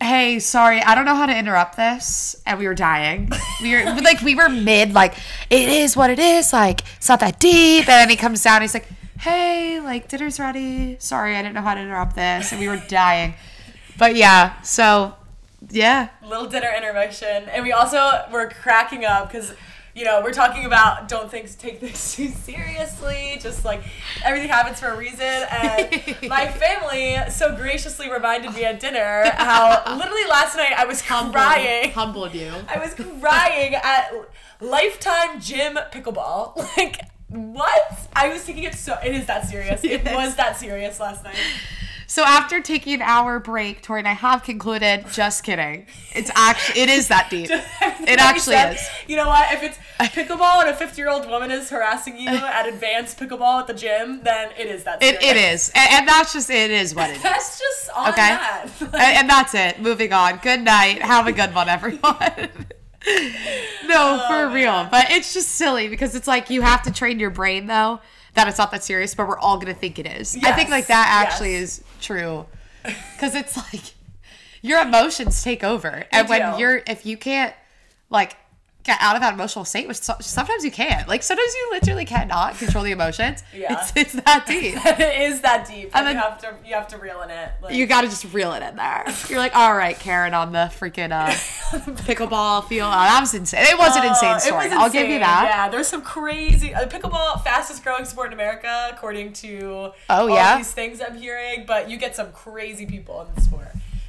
S1: Hey, sorry, I don't know how to interrupt this, and we were dying. We were like, we were mid, like it is what it is. Like it's not that deep. And then he comes down. he's like, Hey, like dinner's ready. Sorry, I didn't know how to interrupt this, and we were dying. But yeah, so yeah,
S2: "Little dinner intervention," and we also were cracking up because. You know, we're talking about don't think take things too seriously. Just like everything happens for a reason, and my family so graciously reminded me at dinner how literally last night I was crying.
S1: humbled you.
S2: I was crying at Lifetime Gym Pickleball. Like, what? I was taking it so. It is that serious. It
S1: Yes.
S2: was that serious last night.
S1: So after taking an hour break, Tori and I have concluded. Just kidding. It's actually it is that deep. It actually
S2: Like I
S1: is.
S2: You know what? If it's pickleball and a 50 year old woman is harassing you at advanced pickleball at the gym, then it is that
S1: It,
S2: serious.
S1: it is, and, and that's just it is what it is.
S2: That's just on
S1: Okay.
S2: that.
S1: A- and, that's it. Moving on. Good night. Have a good one, everyone.
S2: Oh,
S1: no, for real. But it's just silly because it's like you have to train your brain though that it's not that serious, but we're all gonna think it is. I think like
S2: Yes,
S1: that actually
S2: yes.
S1: is true because it's like your emotions take over, and when
S2: do.
S1: you're if you can't like get out of that emotional state, which so- sometimes you can't. Like sometimes you literally cannot control the emotions.
S2: Yeah.
S1: It's, it's that deep.
S2: it is that deep. And
S1: then-
S2: you have to you have to reel in it. Like,
S1: You gotta just reel it in there. You're like, all right, Karen, on the freaking uh, pickleball field. Oh, that was insane. It was an
S2: Uh,
S1: insane
S2: it
S1: story.
S2: was
S1: I'll give you
S2: insane.
S1: that.
S2: Yeah, there's some crazy uh, pickleball, fastest growing sport in America, according to all
S1: Oh, yeah?
S2: these things I'm hearing. But you get some crazy people in the sport.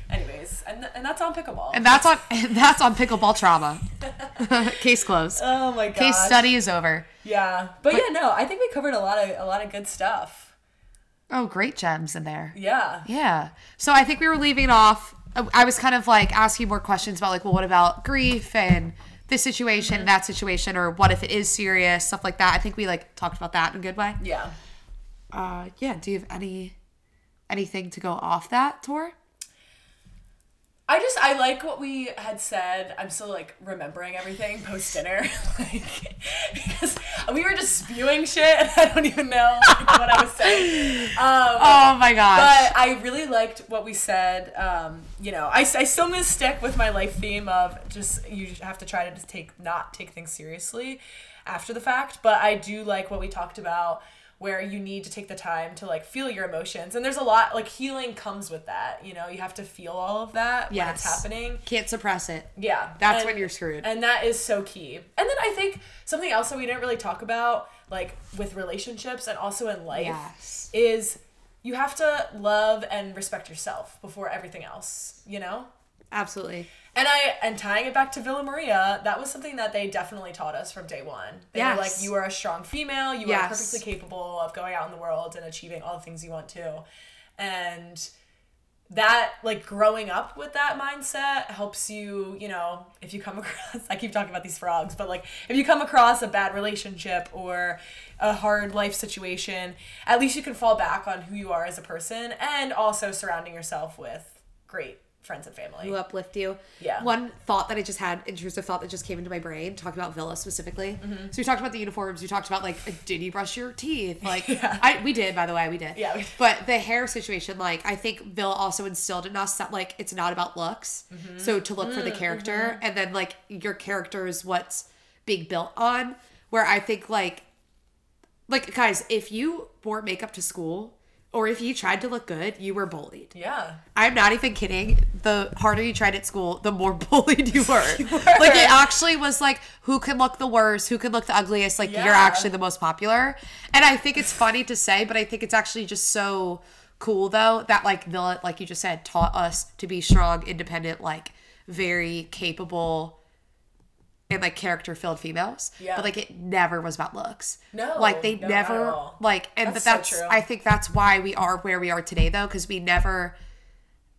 S2: Anyways, and, and that's on pickleball.
S1: And that's on that's on pickleball trauma. Case closed.
S2: oh my god.
S1: Case study is over.
S2: Yeah, but, yeah, no, I think we covered a lot of a lot of good stuff.
S1: Oh, great gems in there.
S2: Yeah.
S1: Yeah. So I think we were leaving off. I- I was kind of like asking more questions about like, well, what about grief and this situation,
S2: Mm-hmm.
S1: and that situation, or what if it is serious, stuff like that. I think we like talked about that in a good way.
S2: Yeah.
S1: Uh, yeah. Do you have any anything to go off that tour?
S2: I just I like what we had said. I'm still like remembering everything post dinner, like because we were just spewing shit. And I don't even know like, what I was saying. Um,
S1: Oh my gosh.
S2: but I really liked what we said. Um, you know, I, I still gonna stick with my life theme of just you just have to try to just take not take things seriously after the fact. But I do like what we talked about where you need to take the time to like feel your emotions and there's a lot like healing comes with that you know you have to feel all of that when it's
S1: Yes.
S2: happening
S1: Can't suppress it.
S2: yeah.
S1: That's
S2: and-
S1: when you're screwed.
S2: And that is so key. And then I think something else that we didn't really talk about, like with relationships and also in life,
S1: Yes.
S2: is you have to love and respect yourself before everything else, you know?
S1: Absolutely.
S2: And I and tying it back to Villa Maria, that was something that they definitely taught us from day one. They were like,
S1: Yes.
S2: you are a strong female, you are
S1: Yes.
S2: perfectly capable of going out in the world and achieving all the things you want to. And that like growing up with that mindset helps you, you know, if you come across I keep talking about these frogs, but like if you come across a bad relationship or a hard life situation, at least you can fall back on who you are as a person and also surrounding yourself with great friends and family.
S1: who uplift you.
S2: Yeah.
S1: One thought that I just had, intrusive thought that just came into my brain, talking about Villa specifically.
S2: Mm-hmm.
S1: So we talked about the uniforms. We talked about like, did you brush your teeth? Like, I we did by the way, we did.
S2: Yeah, we did.
S1: But the hair situation, like, I think Villa also instilled in us that like it's not about looks.
S2: Mm-hmm.
S1: So to look for the character, and then like your character is what's being built on. Where I think like like guys, if you wore makeup to school or if you tried to look good, you were bullied.
S2: Yeah.
S1: I'm not even kidding. The harder you tried at school, the more bullied you were. Like it actually was like who can look the worst, who can look the ugliest. Like
S2: Yeah.
S1: you're actually the most popular. And I think it's funny to say, but I think it's actually just so cool though that like Villa, like you just said, taught us to be strong, independent, like very capable and like character filled females.
S2: Yeah.
S1: But like it never was about looks.
S2: No,
S1: Like they
S2: no, not at
S1: never
S2: all.
S1: like and
S2: That's
S1: that's,
S2: so
S1: that's
S2: true.
S1: I think that's why we are where we are today though, because we never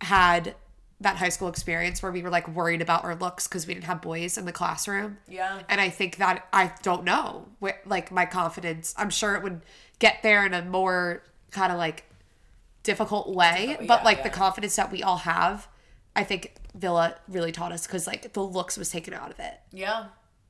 S1: had that high school experience where we were like worried about our looks because we didn't have boys in the classroom.
S2: Yeah.
S1: And I think that I don't know, where, like my confidence, I'm sure it would get there in a more kind of like difficult way, but
S2: yeah,
S1: like the
S2: yeah.
S1: confidence that we all have, I think Villa really taught us because like the looks was taken out of it.
S2: Yeah,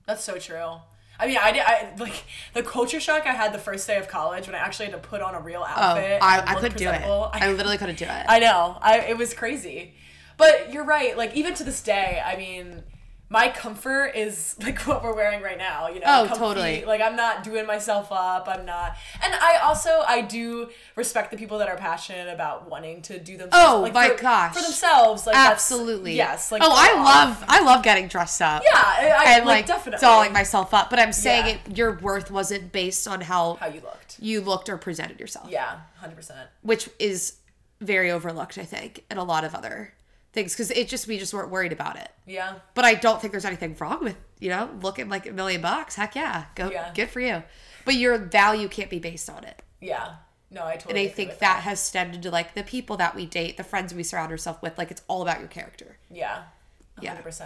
S2: that's so true. I mean, I did. I like the culture shock I had the first day of college when I actually had to put on a real
S1: Oh,
S2: outfit.
S1: I,
S2: and
S1: I
S2: look
S1: couldn't do it.
S2: presentable.
S1: I literally couldn't do it.
S2: I know. I it was crazy. But you're right. Like even to this day, I mean, my comfort is like what we're wearing right now, you know.
S1: Oh,
S2: comfy.
S1: totally.
S2: Like I'm not doing myself up. I'm not. And I also I do respect the people that are passionate about wanting to do themselves
S1: Oh,
S2: like,
S1: my
S2: for,
S1: gosh.
S2: for themselves like that's-
S1: Absolutely.
S2: yes, like
S1: oh, I
S2: go off.
S1: love I love getting dressed up.
S2: Yeah, I, I
S1: and
S2: like,
S1: like,
S2: definitely
S1: dolling myself up. But I'm saying
S2: Yeah.
S1: it, your worth wasn't based on how,
S2: how you looked.
S1: you looked or presented yourself,
S2: Yeah, hundred percent.
S1: which is very overlooked, I think, in a lot of other things because it just we just weren't worried about it.
S2: Yeah,
S1: But I don't think there's anything wrong with you know looking like a million bucks. Heck yeah, go
S2: Yeah.
S1: good for you. But your value can't be based on it.
S2: yeah. No, I totally.
S1: And I
S2: agree
S1: think
S2: with
S1: that, has stemmed into like the people that we date, the friends we surround ourselves with. Like it's all about your character.
S2: Yeah.
S1: Yeah.
S2: 100%.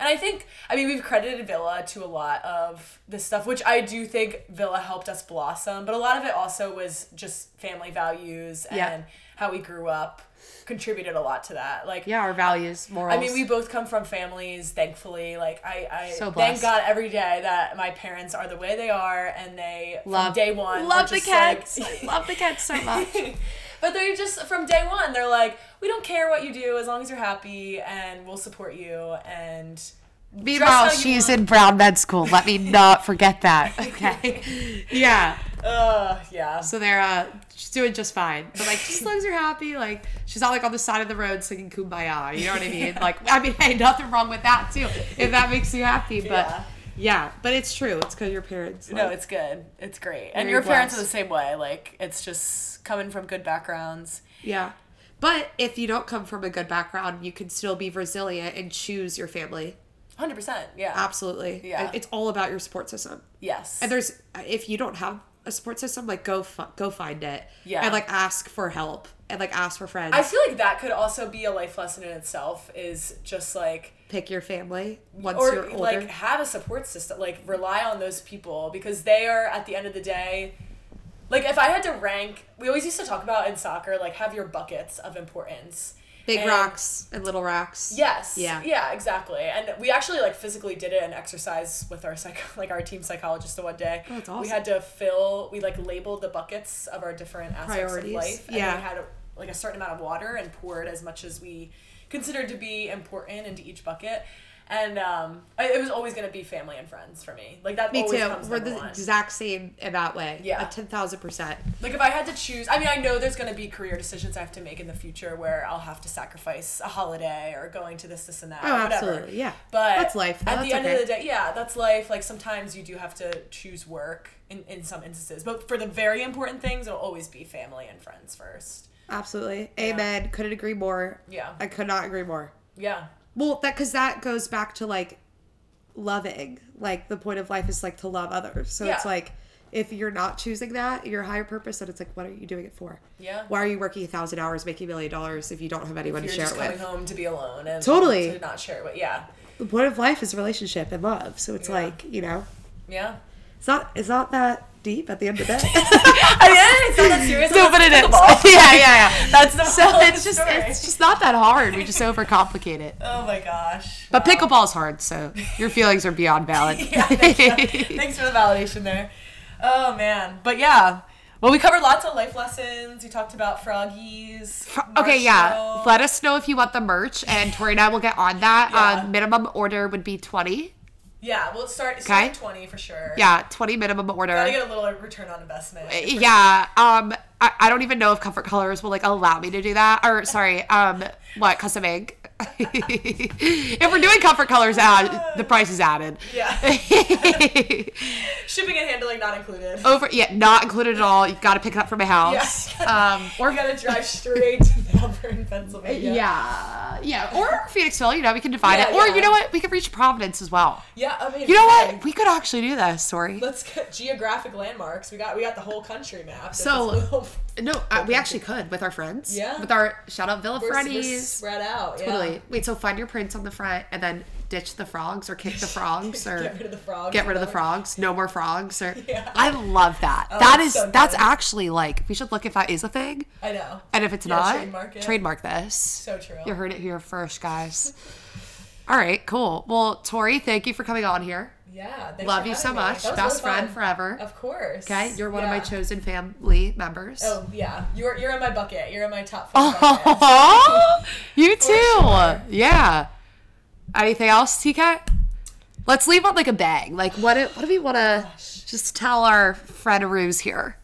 S2: And I think, I mean, we've credited Villa to a lot of this stuff, which I do think Villa helped us blossom, but a lot of it also was just family values and
S1: Yeah.
S2: how we grew up contributed a lot to that. Like,
S1: Yeah, our values, morals.
S2: I mean, we both come from families, thankfully. Like, I, I
S1: So
S2: thank
S1: blessed.
S2: God every day that my parents are the way they are and they, from
S1: love
S2: day one, were
S1: Love the
S2: just like-
S1: cats. love the cats so much.
S2: but they're just from day one. They're like, we don't care what you do as long as you're happy, and we'll support you, and
S1: Meanwhile,
S2: how you
S1: she's in Brown Med School. Let me not forget that. Okay. yeah.
S2: Ugh, yeah.
S1: So they're uh, she's doing just fine. But like, just as long as you're happy, like she's not like on the side of the road singing "Kumbaya." You know what I mean? Like, I mean, hey, nothing wrong with that too, if that makes you happy. But yeah,
S2: Yeah.
S1: but it's true. It's because your parents.
S2: No,
S1: like-
S2: it's good. It's great. And
S1: Very
S2: your parents are the
S1: blessed.
S2: same way. Like, it's just coming from good backgrounds.
S1: yeah. But if you don't come from a good background, you can still be resilient and choose your family.
S2: 100%. Yeah.
S1: Absolutely.
S2: Yeah.
S1: It's all about your support system.
S2: yes.
S1: And there's if you don't have a support system, like go fi- go find it.
S2: Yeah.
S1: And like ask for help and like ask for friends.
S2: I feel like that could also be a life lesson in itself is just like
S1: Pick your family once
S2: or
S1: you're older.
S2: like have a support system like rely on those people because they are at the end of the day like if I had to rank we always used to talk about in soccer like have your buckets of importance.
S1: Big
S2: And-
S1: rocks and little rocks.
S2: Yes.
S1: Yeah.
S2: Yeah, exactly. And we actually like physically did it an exercise with our psych like our team psychologist the one day.
S1: Oh, that's
S2: We
S1: awesome.
S2: had to fill we like labeled the buckets of our different aspects
S1: Priorities.
S2: of life. And
S1: Yeah.
S2: we had like a certain amount of water and poured as much as we considered to be important into each bucket. And um, I, it was always gonna be family and friends for me. Like that.
S1: Me
S2: always
S1: too.
S2: Comes
S1: We're
S2: number
S1: the
S2: one.
S1: exact same in that way.
S2: Yeah.
S1: A ten thousand percent.
S2: Like if I had to choose, I mean, I know there's gonna be career decisions I have to make in the future where I'll have to sacrifice a holiday or going to this, this, and that.
S1: Oh,
S2: or whatever.
S1: absolutely. Yeah.
S2: But
S1: That's life, though.
S2: At the
S1: That's
S2: end
S1: okay.
S2: of the day, yeah, that's life. Like sometimes you do have to choose work in, in some instances, but for the very important things, it'll always be family and friends first.
S1: Absolutely. Amen. Couldn't agree more.
S2: Yeah.
S1: I could not agree more.
S2: Yeah.
S1: Well, that because that goes back to like loving. Like the point of life is like to love others. So it's
S2: Yeah.
S1: like if you're not choosing that, your higher purpose, then it's like, what are you doing it for?
S2: Yeah.
S1: Why are you working a thousand hours making a million dollars if you don't have anyone to
S2: You're
S1: share
S2: just
S1: it
S2: coming
S1: with?
S2: home to be alone and
S1: Totally.
S2: to not share. But yeah,
S1: The point of life is relationship and love. So it's
S2: Yeah.
S1: like, you know,
S2: yeah.
S1: it's not it's not that deep at the end of the day.
S2: Oh, I mean, it's not that serious.
S1: No, but it is. yeah, yeah, yeah.
S2: That's the
S1: So
S2: whole
S1: it's just
S2: story.
S1: it's just not that hard. We just overcomplicate it.
S2: Oh my gosh.
S1: But pickleball's hard, so your feelings are beyond valid.
S2: yeah, thanks, for- thanks for the validation there. Oh man, but yeah. Well, we covered lots of life lessons. We talked about froggies.
S1: Okay, yeah.
S2: marshmallow.
S1: Let us know if you want the merch, and Tori and I will get on that.
S2: Yeah.
S1: Um, minimum order would be 20.
S2: yeah, we'll start,
S1: Okay.
S2: start at twenty for sure.
S1: Yeah, 20 minimum order.
S2: Gotta get a little return on investment.
S1: yeah, um, I, I don't even know if Comfort Colors will like allow me to do that. Or sorry, um, what custom ink? if we're doing Comfort Colors ad, the price is added.
S2: Yeah. Shipping and handling not included.
S1: Over, yeah, not included at all. You got to pick it up from my house.
S2: Yeah.
S1: Um, or
S2: We're gonna drive straight to Melbourne, Pennsylvania.
S1: yeah, yeah, or Phoenixville. You know, we can divide
S2: Yeah,
S1: it. Or
S2: yeah.
S1: you know what? We could reach Providence as well.
S2: Yeah. I mean,
S1: You know
S2: like,
S1: what? We could actually do this. Sorry.
S2: Let's get geographic landmarks. We got we got the whole country map.
S1: So-
S2: It's a little-
S1: No, uh, we actually could with our friends.
S2: Yeah.
S1: With our shout out Villa
S2: we're, we're
S1: Freddy's.
S2: spread out. yeah.
S1: Totally. Wait, so find your prints on the front and then ditch the frogs or kick the frogs or
S2: Get rid of the frogs.
S1: get rid of the
S2: whatever.
S1: frogs. No more frogs or
S2: Yeah.
S1: I love that. that
S2: that's
S1: is
S2: so
S1: that's
S2: good.
S1: actually like we should look if that is a thing.
S2: I know.
S1: And if it's
S2: Yeah,
S1: not,
S2: trademark it.
S1: this.
S2: So true.
S1: You heard it here first, guys. All right, cool. Well, Tori, thank you for coming on here.
S2: Yeah. thanks
S1: Love
S2: for
S1: you so
S2: having me.
S1: much.
S2: That was
S1: Best
S2: really
S1: friend
S2: fun.
S1: forever.
S2: Of course.
S1: Okay, you're one of my
S2: Yeah.
S1: chosen family members.
S2: Oh yeah, you're you're in my bucket. You're in my top five. bucket.
S1: Oh, you too.
S2: sure.
S1: Yeah. Anything else, Tika? Let's leave on like a bang. Like, what do, what do we want to just tell our friend Ruse here?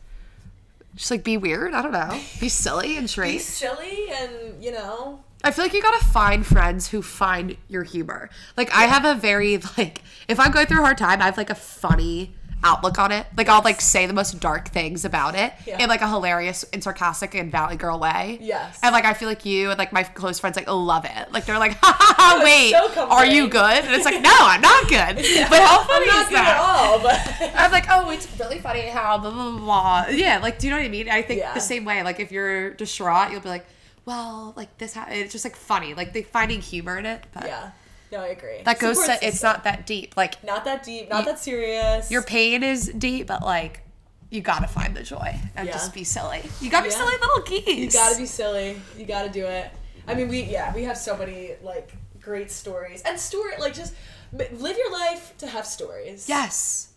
S1: Just like be weird. I don't know. Be silly and
S2: Be
S1: straight.
S2: silly and you know.
S1: I feel like you gotta find friends who find your humor. Like I have a very like if I'm going through a hard time, I have like a funny outlook on it. Like I'll like say the most dark things about it
S2: Yeah.
S1: in like a hilarious and sarcastic and valley girl way.
S2: Yes.
S1: And like I feel like you and like my close friends like love it. Like they're like, ha ha ha, wait,
S2: so
S1: are you good? And it's like, no, I'm not good. But how funny
S2: I'm not
S1: is
S2: good at
S1: that?
S2: all, but
S1: I'm like, oh, it's really funny how blah blah blah. Yeah, like, do you know what I mean? I think
S2: Yeah.
S1: the same way. Like, if you're distraught, you'll be like, well, like this. Ha-. It's just like funny. Like they finding humor in it. But
S2: yeah. No, I agree.
S1: that goes
S2: Support
S1: to it's
S2: system.
S1: not that deep. Like
S2: not that deep, not that serious.
S1: your pain is deep, but like you gotta find the joy and
S2: Yeah.
S1: just be silly. You gotta be
S2: Yeah.
S1: silly little geese.
S2: You gotta be silly. You gotta do it. I mean, we yeah, we have so many like great stories and story like just m- live your life to have stories.
S1: Yes,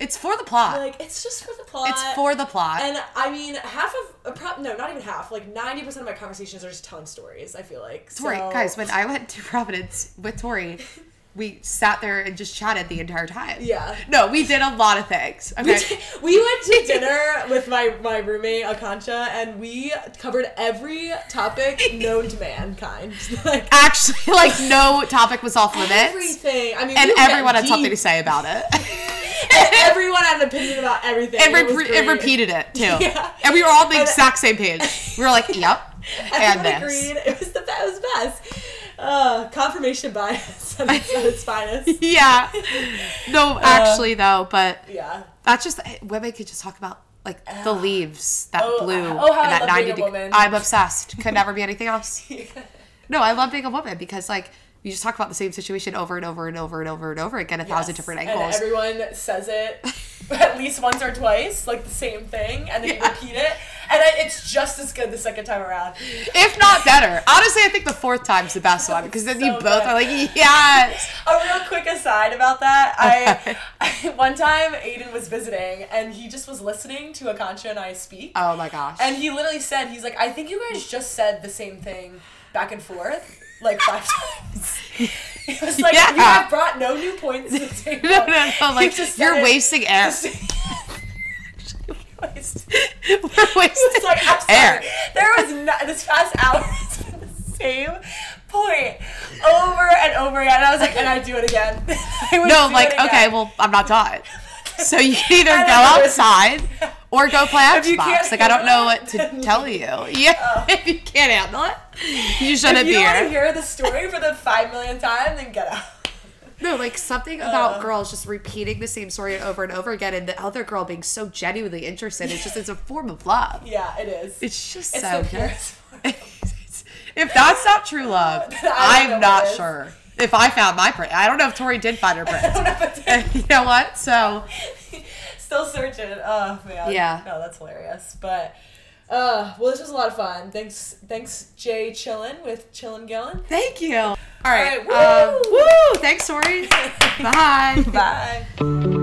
S1: it's for the plot.
S2: Like it's just for the plot.
S1: it's for the plot.
S2: And I mean, half of uh, prob- no, not even half. Like ninety percent of my conversations are just telling stories. I feel like.
S1: Tori,
S2: so,
S1: guys, when I went to Providence with Tori, we sat there and just chatted the entire time.
S2: Yeah.
S1: No, we did a lot of things.
S2: We
S1: Okay.
S2: t- we went to dinner with my, my roommate Akancha, and we covered every topic known to mankind. Like
S1: Actually, like no topic was off limits.
S2: everything. I mean,
S1: and
S2: we went
S1: everyone had
S2: deep.
S1: something to say about it.
S2: Everyone had an opinion about everything.
S1: It,
S2: was
S1: re- it
S2: great.
S1: repeated it too.
S2: Yeah.
S1: And we were all on the
S2: And-
S1: exact same page. We were like, yep. and
S2: Everyone
S1: this.
S2: agreed. It was the best. It was the best. Uh, confirmation bias at its, at its finest.
S1: Yeah.
S2: Uh.
S1: No, actually though, but
S2: Yeah.
S1: that's just women could just talk about like the leaves that
S2: Oh,
S1: blew
S2: oh, how
S1: and
S2: I
S1: that
S2: love being a
S1: deg-
S2: woman.
S1: I'm obsessed. Could never be anything else. No, I love being a woman because like you just talk about the same situation over and over and over and over and over again a thousand
S2: Yes.
S1: different
S2: And
S1: angles.
S2: everyone says it at least once or twice, like the same thing, and then
S1: Yeah.
S2: you repeat it, and I, it's just as good the second time around.
S1: if not better. Honestly, I think the fourth time's the best one because then you
S2: So
S1: both
S2: good.
S1: are like, yes.
S2: A real quick aside about that, I, I one time Aiden was visiting, and he just was listening to Akancha and I speak.
S1: Oh my gosh.
S2: And he literally said, he's like, I think you guys just said the same thing back and forth, like five times. It was like,
S1: Yeah.
S2: you have brought no new points to the table.
S1: no, no, no.
S2: You
S1: Like
S2: just said
S1: you're
S2: it
S1: wasting air.
S2: the same- Anyways,
S1: We're wasting
S2: It's like, I'm
S1: air.
S2: sorry. There was no, this past hour has been the same point over and over again. And I was like, and I do it again. I would
S1: No,
S2: do
S1: like
S2: it again.
S1: okay, well I'm not done. So you can either
S2: I
S1: go
S2: don't know.
S1: outside or go play
S2: If you
S1: Xbox.
S2: can't
S1: Like I don't know
S2: handle
S1: what
S2: it, Oh.
S1: to tell you. Yeah, if you can't handle it, you should have
S2: If you don't want to
S1: beer.
S2: hear the story for the five millionth time, then get out.
S1: No, like something
S2: Uh.
S1: about girls just repeating the same story over and over again, and the other girl being so genuinely interested. It's just it's a form of love.
S2: Yeah, it is.
S1: It's just
S2: It's
S1: so
S2: the
S1: good.
S2: purest form.
S1: if that's not true love,
S2: I don't know
S1: I'm
S2: what
S1: not
S2: is.
S1: sure. If I found my print, I don't know if Tori did find her print.
S2: don't know if it's-
S1: you know what? So
S2: Still searching. Oh man.
S1: Yeah.
S2: No, that's hilarious. But uh, well, this was a lot of fun. Thanks, thanks Jay Chillin with Chillin Gillin.
S1: thank you. All right.
S2: All right,
S1: um,
S2: woo!
S1: woo! Thanks, Tori. Bye.
S2: Bye.